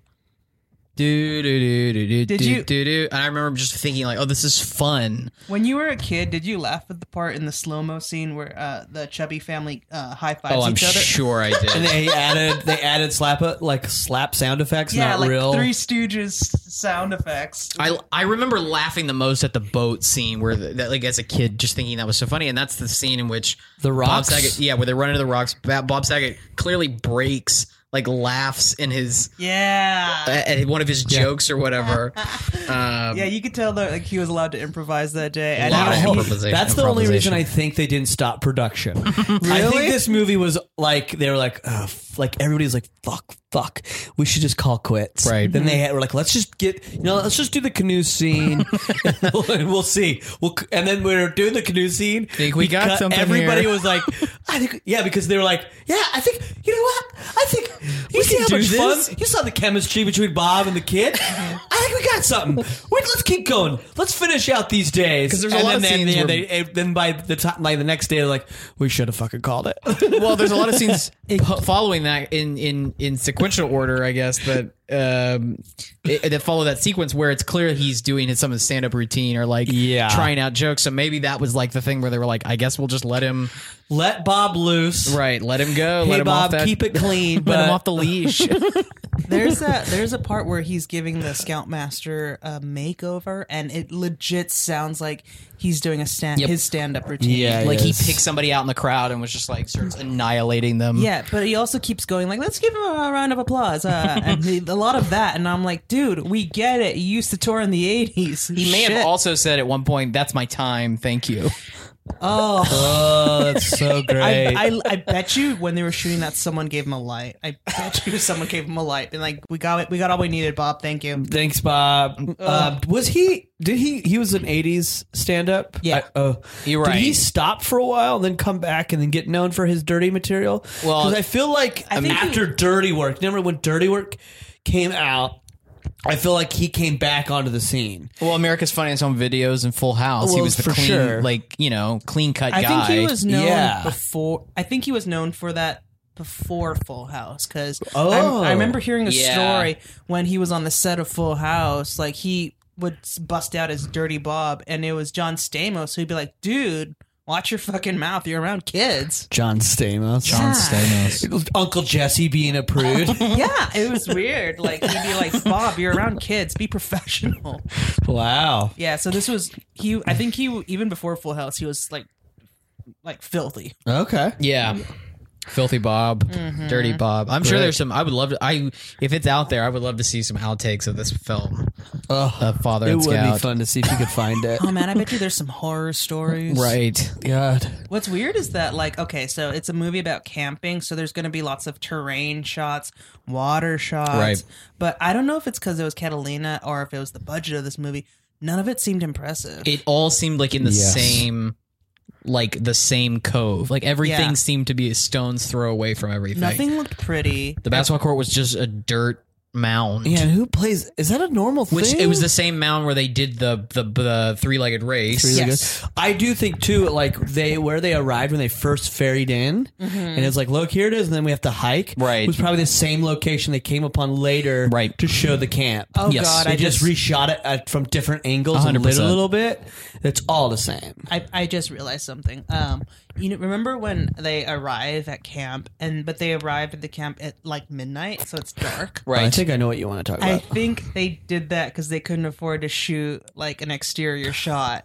Speaker 4: Do do do do do
Speaker 5: Did
Speaker 4: do,
Speaker 5: you-
Speaker 4: do do. And I remember just thinking like, oh, this is fun.
Speaker 5: When you were a kid, did you laugh at the part in the slow mo scene where uh, the chubby family uh, high fives
Speaker 4: Oh, I'm
Speaker 5: each other?
Speaker 4: sure I
Speaker 2: And
Speaker 4: did.
Speaker 2: they added they added slap like slap sound effects,
Speaker 5: yeah,
Speaker 2: not
Speaker 5: like
Speaker 2: real.
Speaker 5: Three Stooges sound effects.
Speaker 4: I, I remember laughing the most at the boat scene where the, that like as a kid just thinking that was so funny and that's the scene in which
Speaker 2: The
Speaker 4: Bob
Speaker 2: rocks?
Speaker 4: Saget yeah where they run into the rocks Ba- Bob Saget clearly breaks like laughs in his
Speaker 5: yeah.
Speaker 4: at- at one of his jokes or whatever um,
Speaker 5: Yeah, you could tell that like he was allowed to improvise that day. And
Speaker 4: Lot
Speaker 5: I
Speaker 4: of
Speaker 5: don't-
Speaker 4: improvisation.
Speaker 2: That's the only reason
Speaker 4: improvisation.
Speaker 2: I think they didn't stop production. I think this movie was like they were like, oh, f- like everybody's like, fuck, fuck, we should just call quits.
Speaker 4: Right.
Speaker 2: Then they had, were like, let's just get, you know, let's just do the canoe scene, and we'll- and we'll see. We'll, c- and then we were doing the canoe scene.
Speaker 4: Think we got
Speaker 2: because
Speaker 4: something
Speaker 2: Everybody
Speaker 4: here.
Speaker 2: was like, I think, yeah, because they were like, yeah, I think, you know what? I think you see
Speaker 4: can
Speaker 2: how
Speaker 4: do
Speaker 2: much
Speaker 4: this.
Speaker 2: fun you saw the chemistry between Bob and the kid. I think we got something. Wait, let's keep going. Let's finish out these days.
Speaker 4: 'Cause there's a
Speaker 2: And
Speaker 4: lot
Speaker 2: then,
Speaker 4: of
Speaker 2: then,
Speaker 4: scenes
Speaker 2: yeah,
Speaker 4: where-
Speaker 2: they- eh, then by the time, like the next day, they're like, we should have fucking called it.
Speaker 4: well, there's a lot of scenes po- following that in in in sequential order, I guess, that um it, that follow that sequence where it's clear he's doing his, some of the stand up routine or like
Speaker 2: Yeah.
Speaker 4: trying out jokes. So maybe that was like the thing where they were like, I guess we'll just let him
Speaker 2: Let Bob loose.
Speaker 4: right, let him go,
Speaker 2: Hey
Speaker 4: let him
Speaker 2: Bob,
Speaker 4: off that,
Speaker 2: keep it clean.
Speaker 4: let
Speaker 2: but-
Speaker 4: him off the leash.
Speaker 5: there's that there's a part where he's giving the Scoutmaster a makeover, and it legit sounds like he's doing a stand his stand up routine.
Speaker 2: Yeah,
Speaker 4: like he
Speaker 2: yes.
Speaker 4: picked somebody out in the crowd and was just like sort of annihilating them.
Speaker 5: Yeah, but he also keeps going like, "Let's give him a round of applause," uh, and he, a lot of that. And I'm like, "Dude, we get it. You used to tour in the '80s."
Speaker 4: He may have also said at one point, "That's my time, thank you."
Speaker 5: Oh,
Speaker 2: Oh, that's so
Speaker 5: I,
Speaker 2: great.
Speaker 5: I, I bet you when they were shooting that, someone gave him a light. I bet you someone gave him a light, and like, we got it. We got all we needed, Bob. Thank you.
Speaker 2: Thanks, Bob. Uh, was he? Did he? He was an '80s stand-up.
Speaker 5: Yeah.
Speaker 2: I- oh,
Speaker 4: You're
Speaker 2: Did he
Speaker 4: right.
Speaker 2: stop for a while and then come back and then get known for his dirty material?
Speaker 4: Well-
Speaker 2: because I feel like
Speaker 5: think he-
Speaker 2: after Dirty Work, remember when Dirty Work came out? I feel like he came back onto the scene.
Speaker 4: Well, America's Funniest Home Videos and Full House. he
Speaker 2: Well,
Speaker 4: was the
Speaker 2: for
Speaker 4: clean,
Speaker 2: sure.
Speaker 4: like you know, clean cut
Speaker 5: I
Speaker 4: guy.
Speaker 5: think he was known
Speaker 2: Yeah.
Speaker 5: before. I think he was known for that before Full House because
Speaker 2: Oh.
Speaker 5: I remember hearing a
Speaker 4: Yeah.
Speaker 5: story when he was on the set of Full House. Like he would s- bust out his dirty bob, and it was John Stamos who'd be like, "Dude, watch your fucking mouth. You're around kids."
Speaker 2: John Stamos.
Speaker 4: John Stamos.
Speaker 2: Uncle Jesse being a prude.
Speaker 5: yeah, it was weird. Like he'd be like, "Bob, you're around kids. Be professional."
Speaker 2: wow.
Speaker 5: Yeah. So this was he. I think he even before Full House, he was like, like filthy.
Speaker 2: Okay.
Speaker 4: Yeah.
Speaker 5: Mm-hmm.
Speaker 4: Filthy Bob, Dirty Bob. I'm sure
Speaker 2: Right.
Speaker 4: there's some. I would love to. I if it's out there, I would love to see some outtakes of this film.
Speaker 2: Oh,
Speaker 4: Of Father
Speaker 2: it
Speaker 4: and
Speaker 2: would be
Speaker 4: Scout.
Speaker 2: fun to see if you could find it.
Speaker 5: Oh man, I bet you there's some horror stories.
Speaker 4: Right.
Speaker 2: God.
Speaker 5: What's weird is that, like, okay, so it's a movie about camping, so there's going to be lots of terrain shots, water shots.
Speaker 4: Right.
Speaker 5: But I don't know if it's because it was Catalina or if it was the budget of this movie. None of it seemed impressive.
Speaker 4: It all seemed like in the
Speaker 2: Yes.
Speaker 4: same, like the same cove. Like everything
Speaker 5: Yeah.
Speaker 4: seemed to be a stone's throw away from everything.
Speaker 5: Nothing looked pretty.
Speaker 4: The basketball court was just a dirt mound.
Speaker 2: Yeah, and who plays? Is that a normal thing?
Speaker 4: Which it was the same mound where they did the the, the three legged race.
Speaker 2: Really
Speaker 5: Yes.
Speaker 2: good. I do think too, like they where they arrived when they first ferried in, and it's like, look, here it is, and then we have to hike.
Speaker 4: Right.
Speaker 2: it was probably the same location they came upon later,
Speaker 4: Right.
Speaker 2: to show the camp.
Speaker 5: Oh,
Speaker 4: Yes.
Speaker 5: God.
Speaker 2: they
Speaker 5: I
Speaker 2: just,
Speaker 5: just,
Speaker 2: reshot it at, from different angles and lit it
Speaker 4: 100%.
Speaker 2: a little bit. It's all the same.
Speaker 5: I, I just realized something. Um, you know, remember when they arrive at camp, and but they arrive at the camp at like midnight, so it's dark.
Speaker 4: Right.
Speaker 2: I think I know what you want to talk
Speaker 5: I
Speaker 2: about.
Speaker 5: think they did that because they couldn't afford to shoot like an exterior shot.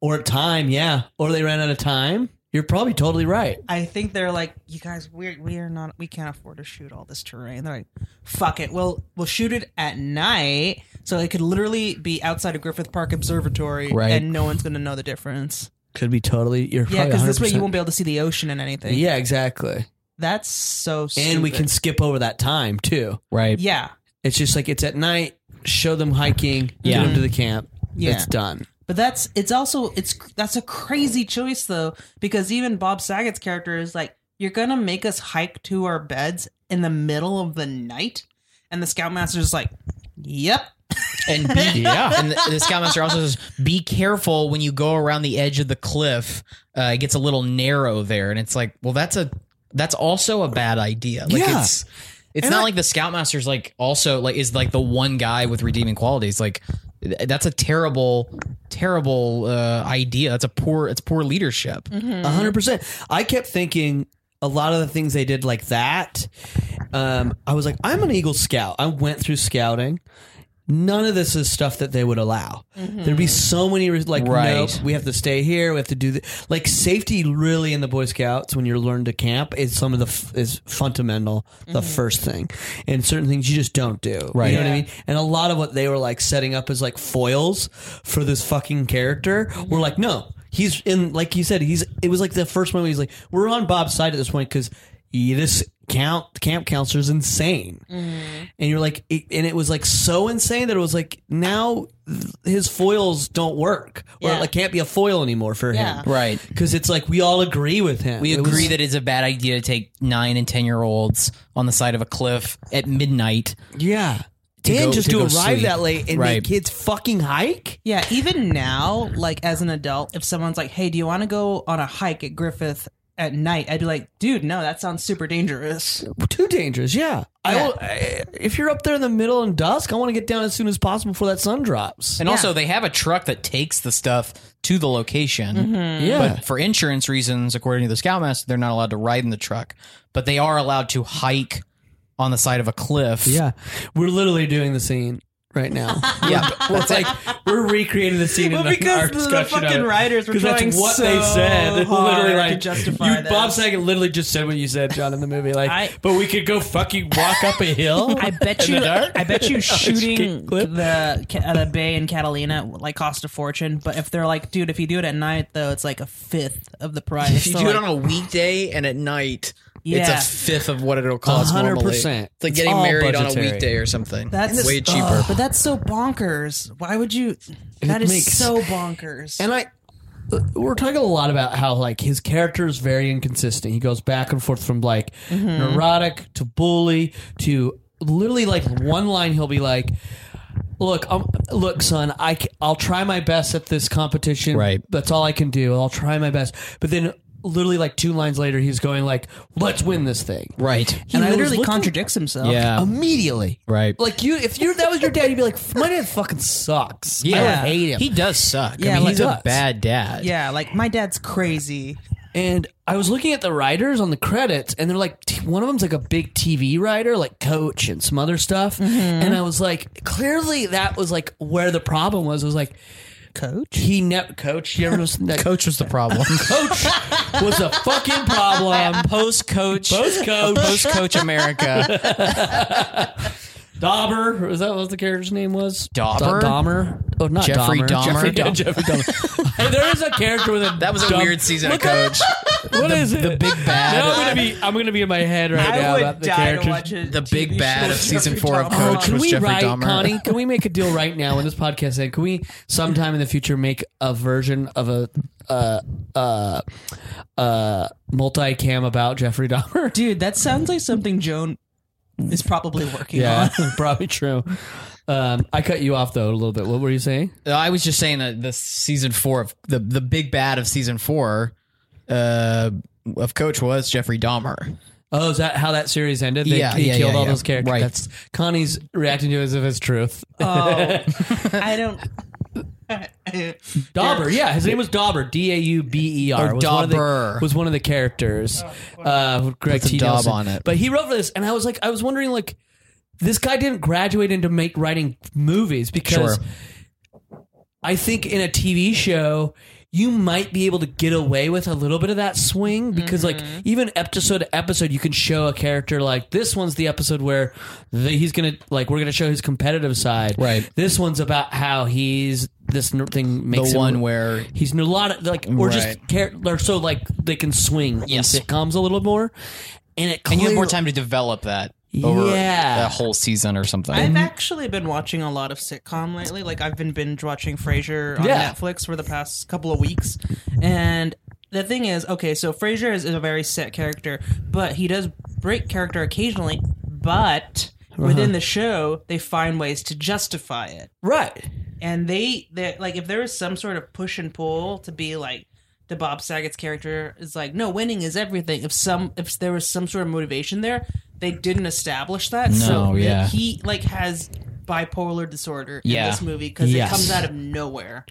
Speaker 2: or time, yeah. Or they ran out of time. You're probably totally right.
Speaker 5: I think they're like, you guys, we're we are not, we can't afford to shoot all this terrain. They're like, fuck it, we'll we'll shoot it at night, so it could literally be outside of Griffith Park Observatory,
Speaker 4: Right.
Speaker 5: and no one's gonna know the difference.
Speaker 2: Could be totally. You're
Speaker 5: Yeah,
Speaker 2: probably
Speaker 5: because this way
Speaker 2: 100%.
Speaker 5: you won't be able to see the ocean and anything.
Speaker 2: Yeah, exactly.
Speaker 5: that's so. Stupid.
Speaker 2: And we can skip over that time too.
Speaker 4: Right.
Speaker 5: yeah,
Speaker 2: It's just like it's at night. Show them hiking.
Speaker 4: Yeah.
Speaker 2: Get them to the camp.
Speaker 5: Yeah.
Speaker 2: It's done.
Speaker 5: but that's it's also it's that's a crazy choice though because even Bob Saget's character is like, you're gonna make us hike to our beds in the middle of the night, and the scoutmaster's like, yep.
Speaker 4: And be, yeah. And the, the scoutmaster also says, "Be careful when you go around the edge of the cliff. Uh, it gets a little narrow there." And it's like, well, that's a that's also a bad idea. Like
Speaker 2: Yeah.
Speaker 4: it's It's not like the Scoutmaster's like also like is like the one guy with redeeming qualities. Like th- that's a terrible, terrible uh, idea. That's a poor. It's poor leadership.
Speaker 2: hundred percent. I kept thinking a lot of the things they did like that. Um, I was like, I'm an Eagle Scout. I went through scouting. None of this is stuff that they would allow. There'd be so many re- like,
Speaker 4: Right.
Speaker 2: nope, we have to stay here. We have to do this. like safety. Really, in the Boy Scouts, when you're learned to camp, is some of the f- is fundamental. The first thing, and certain things you just don't do.
Speaker 4: Right.
Speaker 2: You know what I mean? And a lot of what they were like setting up as like foils for this fucking character were like, no, he's in, like you said, he's, it was like the first one where he's like, we're on Bob's side at this point because this count, camp counselor's insane. And you're like, it, and it was like so insane that it was like, now th- his foils don't work or
Speaker 5: Yeah.
Speaker 2: it like can't be a foil anymore for
Speaker 5: Yeah.
Speaker 2: him.
Speaker 4: Right.
Speaker 2: Because it's like, we all agree with him.
Speaker 4: We
Speaker 2: It
Speaker 4: agree
Speaker 2: was-
Speaker 4: that it's a bad idea to take nine and ten year olds on the side of a cliff at midnight.
Speaker 2: yeah.
Speaker 4: To
Speaker 2: and
Speaker 4: go-
Speaker 2: just
Speaker 4: to
Speaker 2: to,
Speaker 4: go
Speaker 2: arrive
Speaker 4: sleep.
Speaker 2: that late and
Speaker 4: Right.
Speaker 2: make kids fucking hike?
Speaker 5: Yeah, even now, like as an adult, if someone's like, "Hey, do you want to go on a hike at Griffith at night?" I'd be like, "Dude, no, that sounds super dangerous."
Speaker 2: too dangerous. Yeah, I will- I, if you're up there in the middle and dusk, I want to get down as soon as possible before that sun drops.
Speaker 4: And also, they have a truck that takes the stuff to the location.
Speaker 2: yeah,
Speaker 4: But for insurance reasons, according to the Scoutmaster, they're not allowed to ride in the truck, but they are allowed to hike on the side of a cliff.
Speaker 2: yeah, we're literally doing the scene right now.
Speaker 4: Yeah.
Speaker 2: we're like we're recreating the scene
Speaker 5: Well,
Speaker 2: in the, our
Speaker 5: because the
Speaker 2: discussion of
Speaker 5: fucking
Speaker 2: it.
Speaker 5: writers were
Speaker 2: 'Cause that's
Speaker 5: trying
Speaker 2: what
Speaker 5: so
Speaker 2: they said.
Speaker 5: hard
Speaker 2: literally,
Speaker 5: to
Speaker 2: like
Speaker 5: justify
Speaker 2: you, Bob
Speaker 5: this.
Speaker 2: Saget literally just said what you said, John, in the movie. Like,
Speaker 5: I-
Speaker 2: but we could go fucking walk up a hill.
Speaker 5: I bet you. I bet you shooting
Speaker 2: kick clip.
Speaker 5: the ca- the bay in Catalina like cost a fortune. But if they're like, dude, if you do it at night though, it's like a fifth of the price.
Speaker 4: If you
Speaker 5: So,
Speaker 4: do it
Speaker 5: like,
Speaker 4: on a weekday and at night,
Speaker 5: Yeah.
Speaker 4: it's a fifth of what it'll cost.
Speaker 2: 100%.
Speaker 4: normally. It's like
Speaker 2: It's
Speaker 4: getting
Speaker 2: all
Speaker 4: married
Speaker 2: budgetary.
Speaker 4: on a weekday or something.
Speaker 5: that's
Speaker 4: way cheaper.
Speaker 5: Ugh, but that's so bonkers. Why would you? That is
Speaker 2: makes-
Speaker 5: so bonkers.
Speaker 2: And I, we're talking a lot about how like his character is very inconsistent. He goes back and forth from like
Speaker 4: Mm-hmm.
Speaker 2: neurotic to bully to literally like one line he'll be like. Look, um, look, son. I c- I'll try my best at this competition.
Speaker 4: Right.
Speaker 2: That's all I can do. I'll try my best. But then, literally, like two lines later, he's going like, "Let's win this thing."
Speaker 4: right.
Speaker 5: he
Speaker 2: and I was
Speaker 5: literally
Speaker 2: looking-
Speaker 5: contradicts himself.
Speaker 4: Yeah.
Speaker 2: Immediately.
Speaker 4: Right.
Speaker 2: Like you, if you that was your dad, you'd be like, "My dad fucking sucks. I
Speaker 4: Yeah.
Speaker 2: would hate him."
Speaker 4: He does suck.
Speaker 5: Yeah,
Speaker 4: I mean,
Speaker 5: like-
Speaker 4: he's a
Speaker 2: does.
Speaker 4: bad dad.
Speaker 5: Yeah, like my dad's crazy.
Speaker 2: And I was looking at the writers on the credits, and they're like, t- one of them's like a big TV writer, like coach and some other
Speaker 4: Mm-hmm.
Speaker 2: stuff. And I was like, clearly that was like where the problem was. It was like, coach? He never, coach? You ever listen to that?
Speaker 4: Coach was the problem.
Speaker 2: coach was a fucking problem.
Speaker 4: Post coach.
Speaker 2: Post coach.
Speaker 4: Post coach America.
Speaker 2: Dauber. Was that what the character's name was?
Speaker 4: Dauber?
Speaker 2: Da- Dahmer? Oh, not
Speaker 4: Jeffrey
Speaker 2: Dahmer.
Speaker 4: Dahmer?
Speaker 2: Jeffrey,
Speaker 4: Dahmer.
Speaker 2: Jeffrey Dahmer. there is a character with a
Speaker 4: That was a
Speaker 2: dumb-
Speaker 4: weird season of coach.
Speaker 2: What is it?
Speaker 4: the big bad.
Speaker 2: Now I'm gonna be. I'm gonna be in my head right now about the characters.
Speaker 5: it.
Speaker 4: The big bad of season four of
Speaker 2: Oh,
Speaker 4: Coach
Speaker 2: can
Speaker 4: was
Speaker 2: we
Speaker 4: Jeffrey
Speaker 2: write,
Speaker 4: Dahmer.
Speaker 2: Connie? Can we make a deal right now when this podcast ends? Can we sometime in the future make a version of a uh, uh, uh, multi-cam about Jeffrey Dahmer?
Speaker 5: Dude, that sounds like something Joan is probably working
Speaker 2: Yeah,
Speaker 5: on.
Speaker 2: probably true. Um, I cut you off though a little bit. What were you saying?
Speaker 4: I was just saying that the season four of the the big bad of season four uh, of Coach was Jeffrey Dahmer.
Speaker 2: Oh, is that how that series ended? They,
Speaker 4: Yeah,
Speaker 2: he
Speaker 4: yeah,
Speaker 2: killed
Speaker 4: yeah,
Speaker 2: all
Speaker 4: yeah.
Speaker 2: those characters.
Speaker 4: Right.
Speaker 2: That's Connie's reacting to it as if it's truth.
Speaker 5: I don't.
Speaker 2: Dauber, yeah. his name was Dauber, D A U B E R.
Speaker 4: Oh,
Speaker 2: was one of the-
Speaker 4: Dauber.
Speaker 2: was one of the characters. uh, Greg
Speaker 4: With the
Speaker 2: T.
Speaker 4: daub
Speaker 2: Nelson.
Speaker 4: on it.
Speaker 2: but he wrote for this, and I was like, I was wondering, like, this guy didn't graduate into make writing movies because
Speaker 4: Sure.
Speaker 2: I think in a TV show. You might be able to get away with a little bit of that swing because, like, even episode to episode, you can show a character like this one's the episode where the, he's gonna like we're gonna show his competitive side,
Speaker 4: Right.
Speaker 2: This one's about how he's this n- thing
Speaker 4: The
Speaker 2: makes him-
Speaker 4: one where
Speaker 2: He's in a lot of like, or just
Speaker 4: Right.
Speaker 2: care, or so like they can swing
Speaker 4: Yes.
Speaker 2: in sitcoms a little more, and it
Speaker 4: and you have more
Speaker 2: clear-
Speaker 4: time to develop that
Speaker 2: over
Speaker 4: over
Speaker 2: Yeah. a
Speaker 4: a whole season or something.
Speaker 5: I've actually been watching a lot of sitcom lately. Like I've been binge watching Frasier on
Speaker 2: Yeah.
Speaker 5: Netflix for the past couple of weeks, and the thing is, okay, so Frasier is, is a very set character, but he does break character occasionally. But
Speaker 2: Uh-huh.
Speaker 5: within the show, they find ways to justify it.
Speaker 2: right?
Speaker 5: and they they like if there is some sort of push and pull to be like the Bob Saget's character is like no winning is everything. If some if there was some sort of motivation there, they didn't establish that.
Speaker 4: No,
Speaker 5: so that
Speaker 4: yeah.
Speaker 5: he like has bipolar disorder
Speaker 4: Yeah.
Speaker 5: in this movie because
Speaker 4: Yes.
Speaker 5: it comes out of nowhere.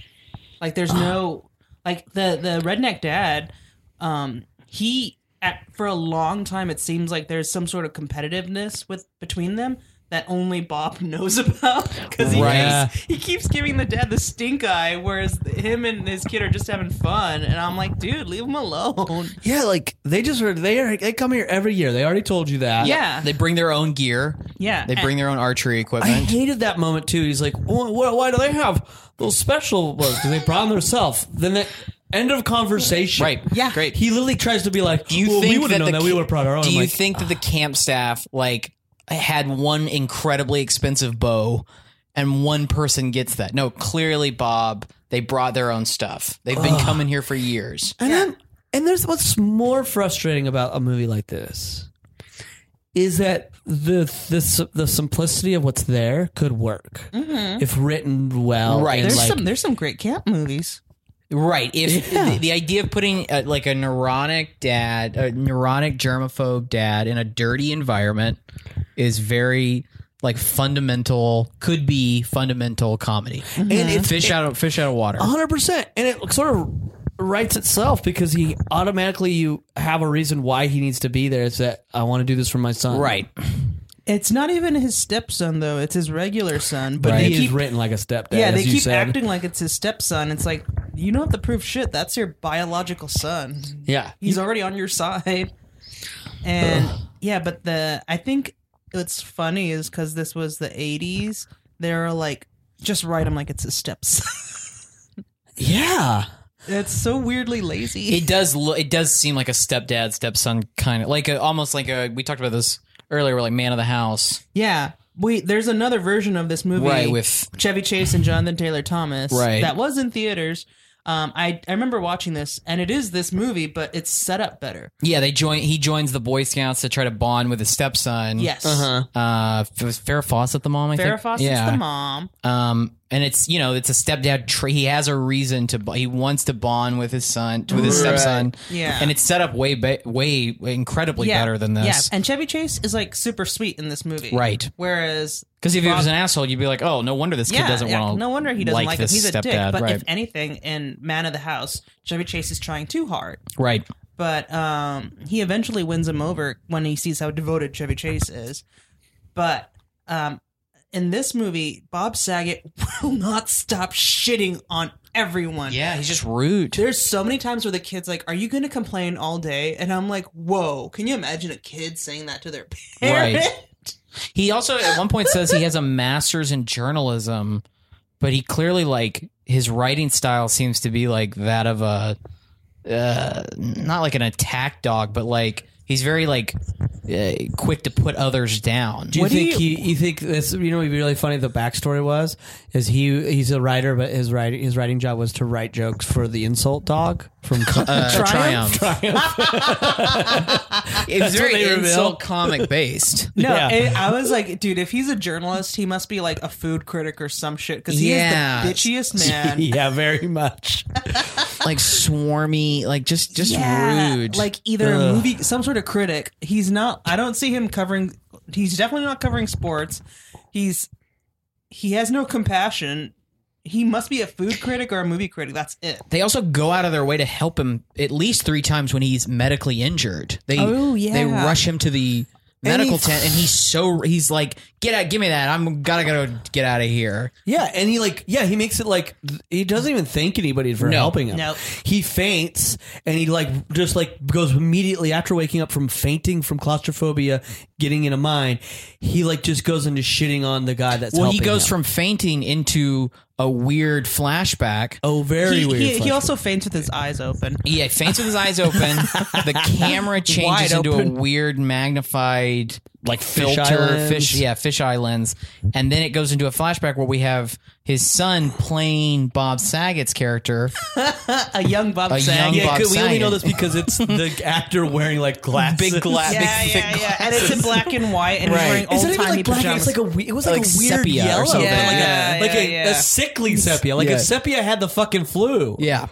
Speaker 5: Like there's no like the the redneck dad. Um, he at for a long time it seems like there's some sort of competitiveness with between them. That only Bob knows about because he,
Speaker 4: Right.
Speaker 5: keeps, he keeps giving the dad the stink eye, whereas him and his kid are just having fun. And I'm like, dude, leave him alone.
Speaker 2: Yeah, like they just are, they are, they come here every year. They already told you that.
Speaker 5: Yeah.
Speaker 4: They bring their own gear.
Speaker 5: Yeah.
Speaker 4: They bring their own archery
Speaker 2: I
Speaker 4: equipment.
Speaker 2: hated that moment too. He's like, why, why, why do they have those special ones? Because they brought them themselves. Then the end of conversation.
Speaker 4: Right. Yeah. Great.
Speaker 2: He literally tries to be like,
Speaker 4: Do you
Speaker 2: well, we
Speaker 4: think
Speaker 2: would
Speaker 4: that
Speaker 2: have known
Speaker 4: the
Speaker 2: that we
Speaker 4: ca-
Speaker 2: would have brought our own.
Speaker 4: Do you
Speaker 2: Like,
Speaker 4: think that the camp staff like had one incredibly expensive bow and one person gets that? No, clearly Bob, they brought their own stuff. They've been coming here for years.
Speaker 2: And then, and there's what's more frustrating about a movie like this is that the the the simplicity of what's there could work if written well.
Speaker 4: Right.
Speaker 2: and,
Speaker 5: Mm-hmm. There's
Speaker 2: like-
Speaker 5: some there's some great camp movies.
Speaker 4: Right. If the, the idea of putting uh, like a neurotic dad, a neurotic germaphobe dad in a dirty environment is very like fundamental could be fundamental comedy. Oh,
Speaker 2: and it's
Speaker 4: Mm-hmm. Fish out of fish out of water.
Speaker 2: hundred percent, and it sort of writes itself because he automatically you have a reason why he needs to be there. It's that I want to do this for my son.
Speaker 4: Right.
Speaker 5: It's not even his stepson though; it's his regular son. But
Speaker 2: But
Speaker 5: they
Speaker 2: he
Speaker 5: keep
Speaker 2: is written like a stepdad.
Speaker 5: yeah,
Speaker 2: as
Speaker 5: they
Speaker 2: you
Speaker 5: keep
Speaker 2: said.
Speaker 5: acting like it's his stepson. It's like you don't have to prove shit. That's your biological son.
Speaker 2: Yeah.
Speaker 5: He's already on your side. And yeah, but the I think what's funny is because this was the '80s. They're like, just write him like it's his stepson.
Speaker 2: Yeah.
Speaker 5: it's so weirdly lazy.
Speaker 4: It does. Lo- it does seem like a stepdad, stepson kind of like a, almost like a. We talked about this earlier. We're like man of the house,
Speaker 5: yeah, we there's another version of this movie
Speaker 4: right? With
Speaker 5: Chevy Chase and Jonathan Taylor Thomas.
Speaker 4: Right.
Speaker 5: That was in theaters. Um, I, I remember watching this, and it is this movie, but it's set up better.
Speaker 4: yeah, they join. He joins the Boy Scouts to try to bond with his stepson.
Speaker 5: Yes.
Speaker 4: Uh, it was Farrah Fawcett the mom. I
Speaker 5: Farrah
Speaker 4: think.
Speaker 5: Fawcett's
Speaker 4: yeah.
Speaker 5: the mom.
Speaker 4: Um, and it's you know it's a stepdad. Tra- he has a reason to. bo- He wants to bond with his son, with his stepson.
Speaker 5: Yeah.
Speaker 4: And it's set up way, ba- way incredibly better than this.
Speaker 5: And Chevy Chase is like super sweet in this movie.
Speaker 4: Right.
Speaker 5: Whereas
Speaker 4: Because if he
Speaker 5: Bob-
Speaker 4: was an asshole, you'd be like, oh, no wonder this kid
Speaker 5: yeah,
Speaker 4: doesn't
Speaker 5: yeah,
Speaker 4: want to.
Speaker 5: no wonder he doesn't like, him.
Speaker 4: this
Speaker 5: He's a
Speaker 4: stepdad,
Speaker 5: dick. But
Speaker 4: right?
Speaker 5: if anything, in Man of the House, Chevy Chase is trying too hard.
Speaker 4: right.
Speaker 5: but um, he eventually wins him over when he sees how devoted Chevy Chase is. But um, in this movie, Bob Saget will not stop shitting on everyone.
Speaker 4: Yeah, he's just rude.
Speaker 5: There's so many times where the kid's like, Are you going to complain all day? And I'm like, Whoa, can you imagine a kid saying that to their parent?
Speaker 4: Right. He also at one point says he has a master's in journalism, but he clearly like his writing style seems to be like that of a uh, not like an attack dog, but like he's very like uh, quick to put others down.
Speaker 2: Do you think he? You think this? You know, what would be really funny. The backstory was is he he's a writer, but his writing his writing job was to write jokes for the insult dog from
Speaker 4: Uh, triumph. It's
Speaker 2: what
Speaker 4: very
Speaker 2: they reveal.
Speaker 4: insult comic based.
Speaker 5: No,
Speaker 2: Yeah.
Speaker 5: it- I was like, dude, if he's a journalist, he must be like a food critic or some shit because he
Speaker 4: Yeah.
Speaker 5: is the bitchiest man.
Speaker 2: yeah, very much.
Speaker 4: like swarmy, like just just rude.
Speaker 5: Like either a movie, some sort of critic. He's not. I don't see him covering. He's definitely not covering sports. He's he has no compassion. He must be a food critic or a movie critic. That's it.
Speaker 4: they also go out of their way to help him at least three times when he's medically injured. They
Speaker 5: Oh, yeah.
Speaker 4: they rush him to the medical
Speaker 2: he-
Speaker 4: tent, and he's so he's like, "Get out, give me that! I'm gotta go get out of here."
Speaker 2: Yeah, and he like yeah he makes it like th- he doesn't even thank anybody for
Speaker 4: No.
Speaker 2: helping him.
Speaker 5: Nope.
Speaker 2: He faints and he like just like goes immediately after waking up from fainting from claustrophobia, getting in a mine. He like just goes into shitting on the guy that's
Speaker 4: Well, he
Speaker 2: helping
Speaker 4: goes
Speaker 2: him.
Speaker 4: from fainting into a weird flashback.
Speaker 2: oh very
Speaker 5: he,
Speaker 2: weird.
Speaker 5: he, he
Speaker 2: flashback.
Speaker 5: also faints with his eyes open.
Speaker 4: Yeah, faints with his eyes open. the camera
Speaker 5: Wide
Speaker 4: changes into
Speaker 5: open.
Speaker 4: a weird magnified like
Speaker 2: fish
Speaker 4: filter
Speaker 2: eye
Speaker 4: fish
Speaker 2: lens.
Speaker 4: yeah, fish eye lens. And then it goes into a flashback where we have his son playing Bob Saget's character.
Speaker 5: A young Bob
Speaker 4: A
Speaker 5: Saget.
Speaker 4: young
Speaker 5: yeah,
Speaker 4: Bob
Speaker 2: Yeah, 'cause we only
Speaker 4: Saget.
Speaker 2: know this because it's the actor wearing like glasses,
Speaker 4: Big gla-
Speaker 5: yeah, yeah,
Speaker 4: big
Speaker 5: yeah, And it's in black and white, and
Speaker 4: Right.
Speaker 5: he's
Speaker 4: Is
Speaker 5: wearing old timey
Speaker 2: black?
Speaker 5: pajamas.
Speaker 2: It's like a we- it was like,
Speaker 4: Like
Speaker 2: a weird
Speaker 4: sepia or
Speaker 2: yellow,
Speaker 4: something
Speaker 2: like,
Speaker 5: like that.
Speaker 2: a, like
Speaker 5: Yeah,
Speaker 2: a,
Speaker 5: yeah, yeah.
Speaker 2: a sickly sepia, like
Speaker 4: Yeah.
Speaker 2: if sepia had the fucking flu.
Speaker 4: Yeah.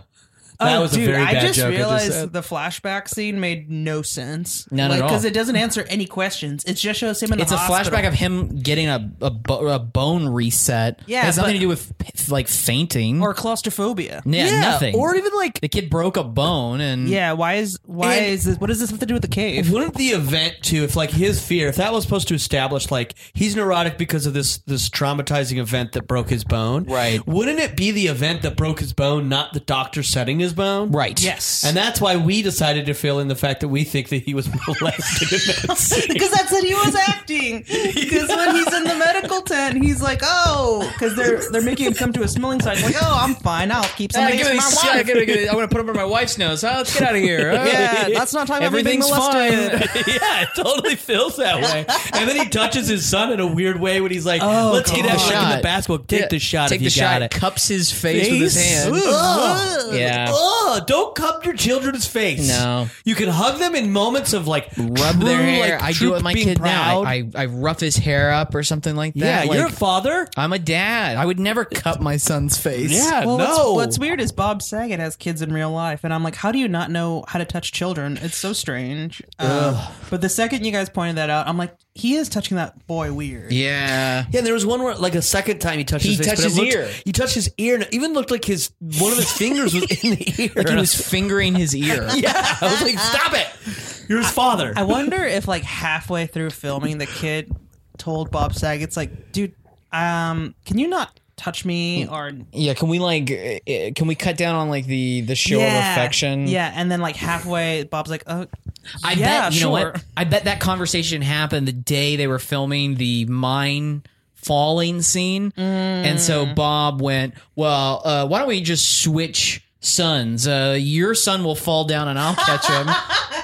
Speaker 2: That was
Speaker 5: Oh, dude,
Speaker 2: a very
Speaker 5: I
Speaker 2: bad
Speaker 5: just
Speaker 2: joke.
Speaker 5: realized
Speaker 2: Oh, I just said.
Speaker 5: the flashback scene made no sense.
Speaker 4: None at all.
Speaker 5: Because it doesn't answer any questions. It just shows him in
Speaker 4: It's
Speaker 5: the
Speaker 4: a
Speaker 5: hospital.
Speaker 4: flashback of him getting a a, bo- a bone reset.
Speaker 5: Yeah,
Speaker 4: it has nothing
Speaker 5: but-
Speaker 4: to do with like fainting
Speaker 5: or claustrophobia.
Speaker 4: yeah, nothing.
Speaker 2: Or even like
Speaker 4: the kid broke a bone and
Speaker 5: Yeah, why is why
Speaker 2: And-
Speaker 5: is this? What does this have to do with the
Speaker 2: If
Speaker 5: cave?
Speaker 2: wouldn't the event too, if like his fear, if that was supposed to establish like he's neurotic because of this this traumatizing event that broke his bone,
Speaker 4: Right.
Speaker 2: Wouldn't it be the event that broke his bone, not the doctor setting his bone,
Speaker 4: Right.
Speaker 5: Yes.
Speaker 2: And that's why we decided to fill in the fact that we think that he was molested in that scene.
Speaker 5: Because that's what he was acting. Because when he's in the medical tent, he's like, "Oh," because they're they're making him come to a smelling site. Like, "Oh, I'm fine. I'll keep somebody
Speaker 4: give
Speaker 5: for
Speaker 4: me
Speaker 5: my
Speaker 4: shit.
Speaker 5: wife."
Speaker 4: Give me- give me- I want to put him under my wife's nose. Oh, let's get out of here. Oh.
Speaker 5: Yeah, let's not talk about me being
Speaker 4: Everything's
Speaker 5: molested.
Speaker 4: fine.
Speaker 2: yeah, it totally feels that way. And then he touches his son in a weird way when he's like, "Let's get
Speaker 4: Oh, The
Speaker 2: out like in
Speaker 4: shot.
Speaker 2: the basketball. Take
Speaker 4: Yeah,
Speaker 2: the shot
Speaker 4: Take
Speaker 2: if you
Speaker 4: the
Speaker 2: got
Speaker 4: shot.
Speaker 2: it."
Speaker 4: Cups his face with his hand.
Speaker 2: Ugh.
Speaker 4: Yeah.
Speaker 2: Ugh. Don't cup your children's face.
Speaker 4: No.
Speaker 2: You can hug them in moments of like
Speaker 4: Rub
Speaker 2: true,
Speaker 4: their hair.
Speaker 2: Like,
Speaker 4: I do
Speaker 2: true
Speaker 4: it with my
Speaker 2: being
Speaker 4: kid now.
Speaker 2: proud.
Speaker 4: I, I, I rough his hair up or something like
Speaker 2: yeah,
Speaker 4: that.
Speaker 2: you're a
Speaker 4: Like,
Speaker 2: father.
Speaker 4: I'm a dad. I would never cut my son's face.
Speaker 2: Yeah,
Speaker 5: Well, what's,
Speaker 2: no.
Speaker 5: what's weird is Bob Saget has kids in real life, and I'm like, how do you not know how to touch children? It's so strange. Um, but the second you guys pointed that out, I'm like, he is touching that boy weird.
Speaker 4: Yeah.
Speaker 2: Yeah, and there was one where, like, a second time he touched
Speaker 4: He
Speaker 2: his face,
Speaker 4: touched
Speaker 2: but it
Speaker 4: his
Speaker 2: looked-
Speaker 4: ear.
Speaker 2: He touched his ear, and it even looked like his one of his fingers was in the ear.
Speaker 4: Like he was fingering his ear.
Speaker 2: yeah, I was like, stop it! You're his father.
Speaker 5: I wonder if like halfway through filming, the kid told Bob Saget's like, dude, um, can you not touch
Speaker 4: Mm.
Speaker 5: me or
Speaker 4: Yeah, can we like uh, uh, can we cut down on like the the show of affection?
Speaker 5: Yeah, and then like halfway, Bob's like, oh,
Speaker 4: I
Speaker 5: Yeah,
Speaker 4: bet you know
Speaker 5: sure.
Speaker 4: what? I bet that conversation happened the day they were filming the mine falling scene, and so
Speaker 5: Mm.
Speaker 4: Bob went, "Well, uh, why don't we just switch sons? Uh, your son will fall down, and I'll catch him,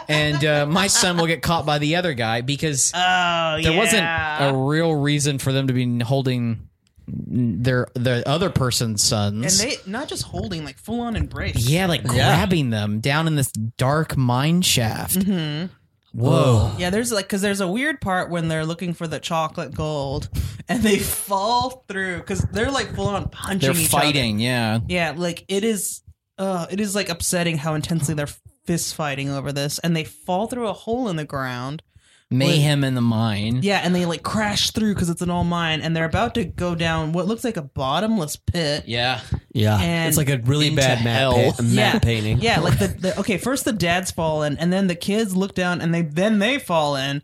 Speaker 4: and uh, my son will get caught by the other guy because
Speaker 5: oh,
Speaker 4: there
Speaker 5: yeah.
Speaker 4: wasn't a real reason for them to be holding." Their the other person's
Speaker 5: and
Speaker 4: sons,
Speaker 5: they not just holding like full on embrace.
Speaker 4: yeah, like grabbing them down in this dark mine shaft.
Speaker 2: Mm-hmm.
Speaker 4: Whoa!
Speaker 5: Yeah, there's like because there's a weird part when they're looking for the chocolate gold and they fall through because they're like full on punching.
Speaker 4: They're
Speaker 5: each other.
Speaker 4: fighting, yeah.
Speaker 5: Yeah, like it is. Uh, it is like upsetting how intensely they're fist fighting over this, and they fall through a hole in the ground.
Speaker 4: Mayhem in the mine.
Speaker 5: Yeah, and they like crash through because it's an all mine, and they're about to go down what looks like a bottomless pit.
Speaker 4: Yeah.
Speaker 2: yeah,
Speaker 5: And
Speaker 2: it's like a really bad
Speaker 4: hell.
Speaker 2: map, pa- a map
Speaker 5: Yeah.
Speaker 2: painting.
Speaker 5: Yeah, like the, the okay, first the dad's fall in, and then the kids look down, and they then they fall in,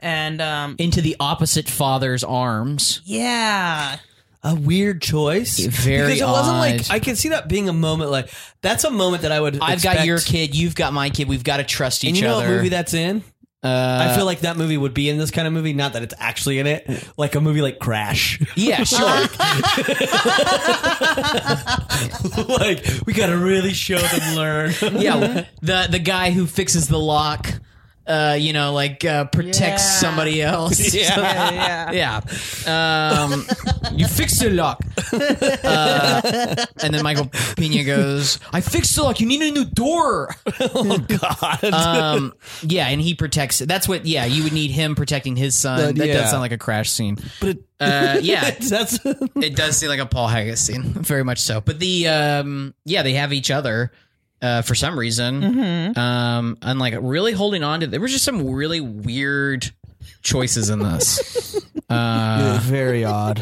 Speaker 5: and um,
Speaker 4: Into the opposite father's arms.
Speaker 5: yeah,
Speaker 2: a weird choice.
Speaker 4: Very
Speaker 2: because it wasn't like
Speaker 4: odd.
Speaker 2: I can see that being a moment like that's a moment that I would.
Speaker 4: I've got
Speaker 2: expect-
Speaker 4: your kid, you've got my kid, we've got to trust each
Speaker 2: And you know
Speaker 4: other. Uh,
Speaker 2: what movie that's in? I feel like that movie would be in this kind of movie. Not that it's actually in it, like a movie like Crash.
Speaker 4: yeah, sure.
Speaker 2: like we got to really show them learn.
Speaker 4: yeah. The the guy who fixes the lock, uh, you know, like uh, protects
Speaker 5: Yeah.
Speaker 4: somebody else.
Speaker 2: yeah.
Speaker 5: yeah.
Speaker 4: Yeah. Um, you fixed the lock. Uh, and then Michael Pena goes, I fixed the lock. You need a new door.
Speaker 2: Oh God.
Speaker 4: Um, yeah. And he protects. That's what, yeah, you would need him protecting his son.
Speaker 2: But,
Speaker 4: that
Speaker 2: yeah.
Speaker 4: does sound like a crash scene. But uh, yeah,
Speaker 2: That's
Speaker 4: it does seem like a Paul Haggis scene. Very much so. But the, um, yeah, they have each other. Uh, for some reason, um, and like really holding on to, there was just some really weird choices in this. Uh,
Speaker 2: very odd.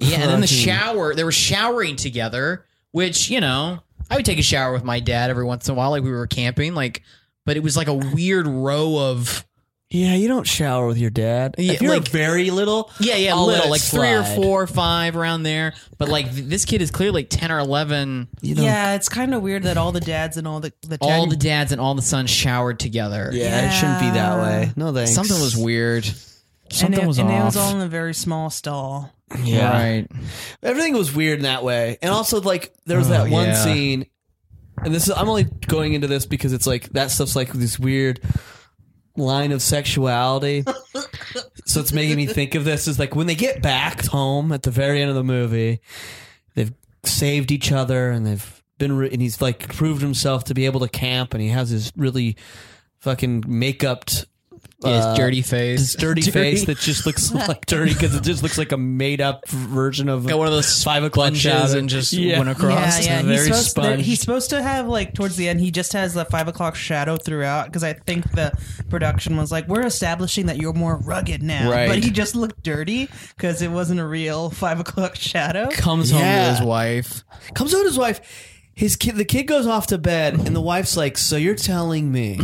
Speaker 4: yeah, and then the
Speaker 2: Crikey.
Speaker 4: shower, they were showering together, which, you know, I would take a shower with my dad every once in a while, like we were camping, like, but it was like a weird row of,
Speaker 2: Yeah, you don't shower with your dad.
Speaker 4: Yeah,
Speaker 2: if you're
Speaker 4: like-
Speaker 2: very little,
Speaker 4: yeah, yeah,
Speaker 2: I'll let
Speaker 4: little,
Speaker 2: it
Speaker 4: like three or
Speaker 2: slide.
Speaker 4: four or five around there. But like, th- this kid is clearly like 10 or 11.
Speaker 2: You know,
Speaker 5: yeah, it's kind of weird that all the dads and all the the
Speaker 4: All
Speaker 5: dad-
Speaker 4: the dads and all the sons showered together.
Speaker 2: yeah, it shouldn't be that way. No thanks.
Speaker 4: Something was weird.
Speaker 5: and,
Speaker 4: Something
Speaker 5: it,
Speaker 4: was
Speaker 5: and it
Speaker 4: off.
Speaker 5: was all in a very small stall.
Speaker 2: Yeah.
Speaker 4: Right.
Speaker 2: Everything was weird in that way. And also, like, there was that one
Speaker 4: Oh, yeah.
Speaker 2: scene, and this is, I'm only going into this because it's like, that stuff's like this weird line of sexuality. so it's making me think of this is like when they get back home at the very end of the movie, they've saved each other and they've been, re- and he's like proved himself to be able to camp and he has his really fucking makeup
Speaker 4: Uh, His dirty face.
Speaker 2: This dirty,
Speaker 4: Dirty.
Speaker 2: face that just looks like dirty because it just looks like a made up version of
Speaker 4: Got one of those
Speaker 2: five o'clock
Speaker 4: sponges
Speaker 2: shadow.
Speaker 4: and just
Speaker 2: Yeah.
Speaker 4: went across.
Speaker 2: yeah.
Speaker 5: He's
Speaker 2: very
Speaker 5: supposed,
Speaker 2: sponge.
Speaker 5: he's supposed to have like towards the end. He just has the five o'clock shadow throughout because I think the production was like, "We're establishing that you're more rugged now,"
Speaker 2: Right.
Speaker 5: but he just looked dirty because it wasn't a real five o'clock shadow.
Speaker 4: Comes home
Speaker 2: Yeah.
Speaker 4: to his wife.
Speaker 2: comes out his wife. His kid, the kid goes off to bed, and the wife's like, "So you're telling me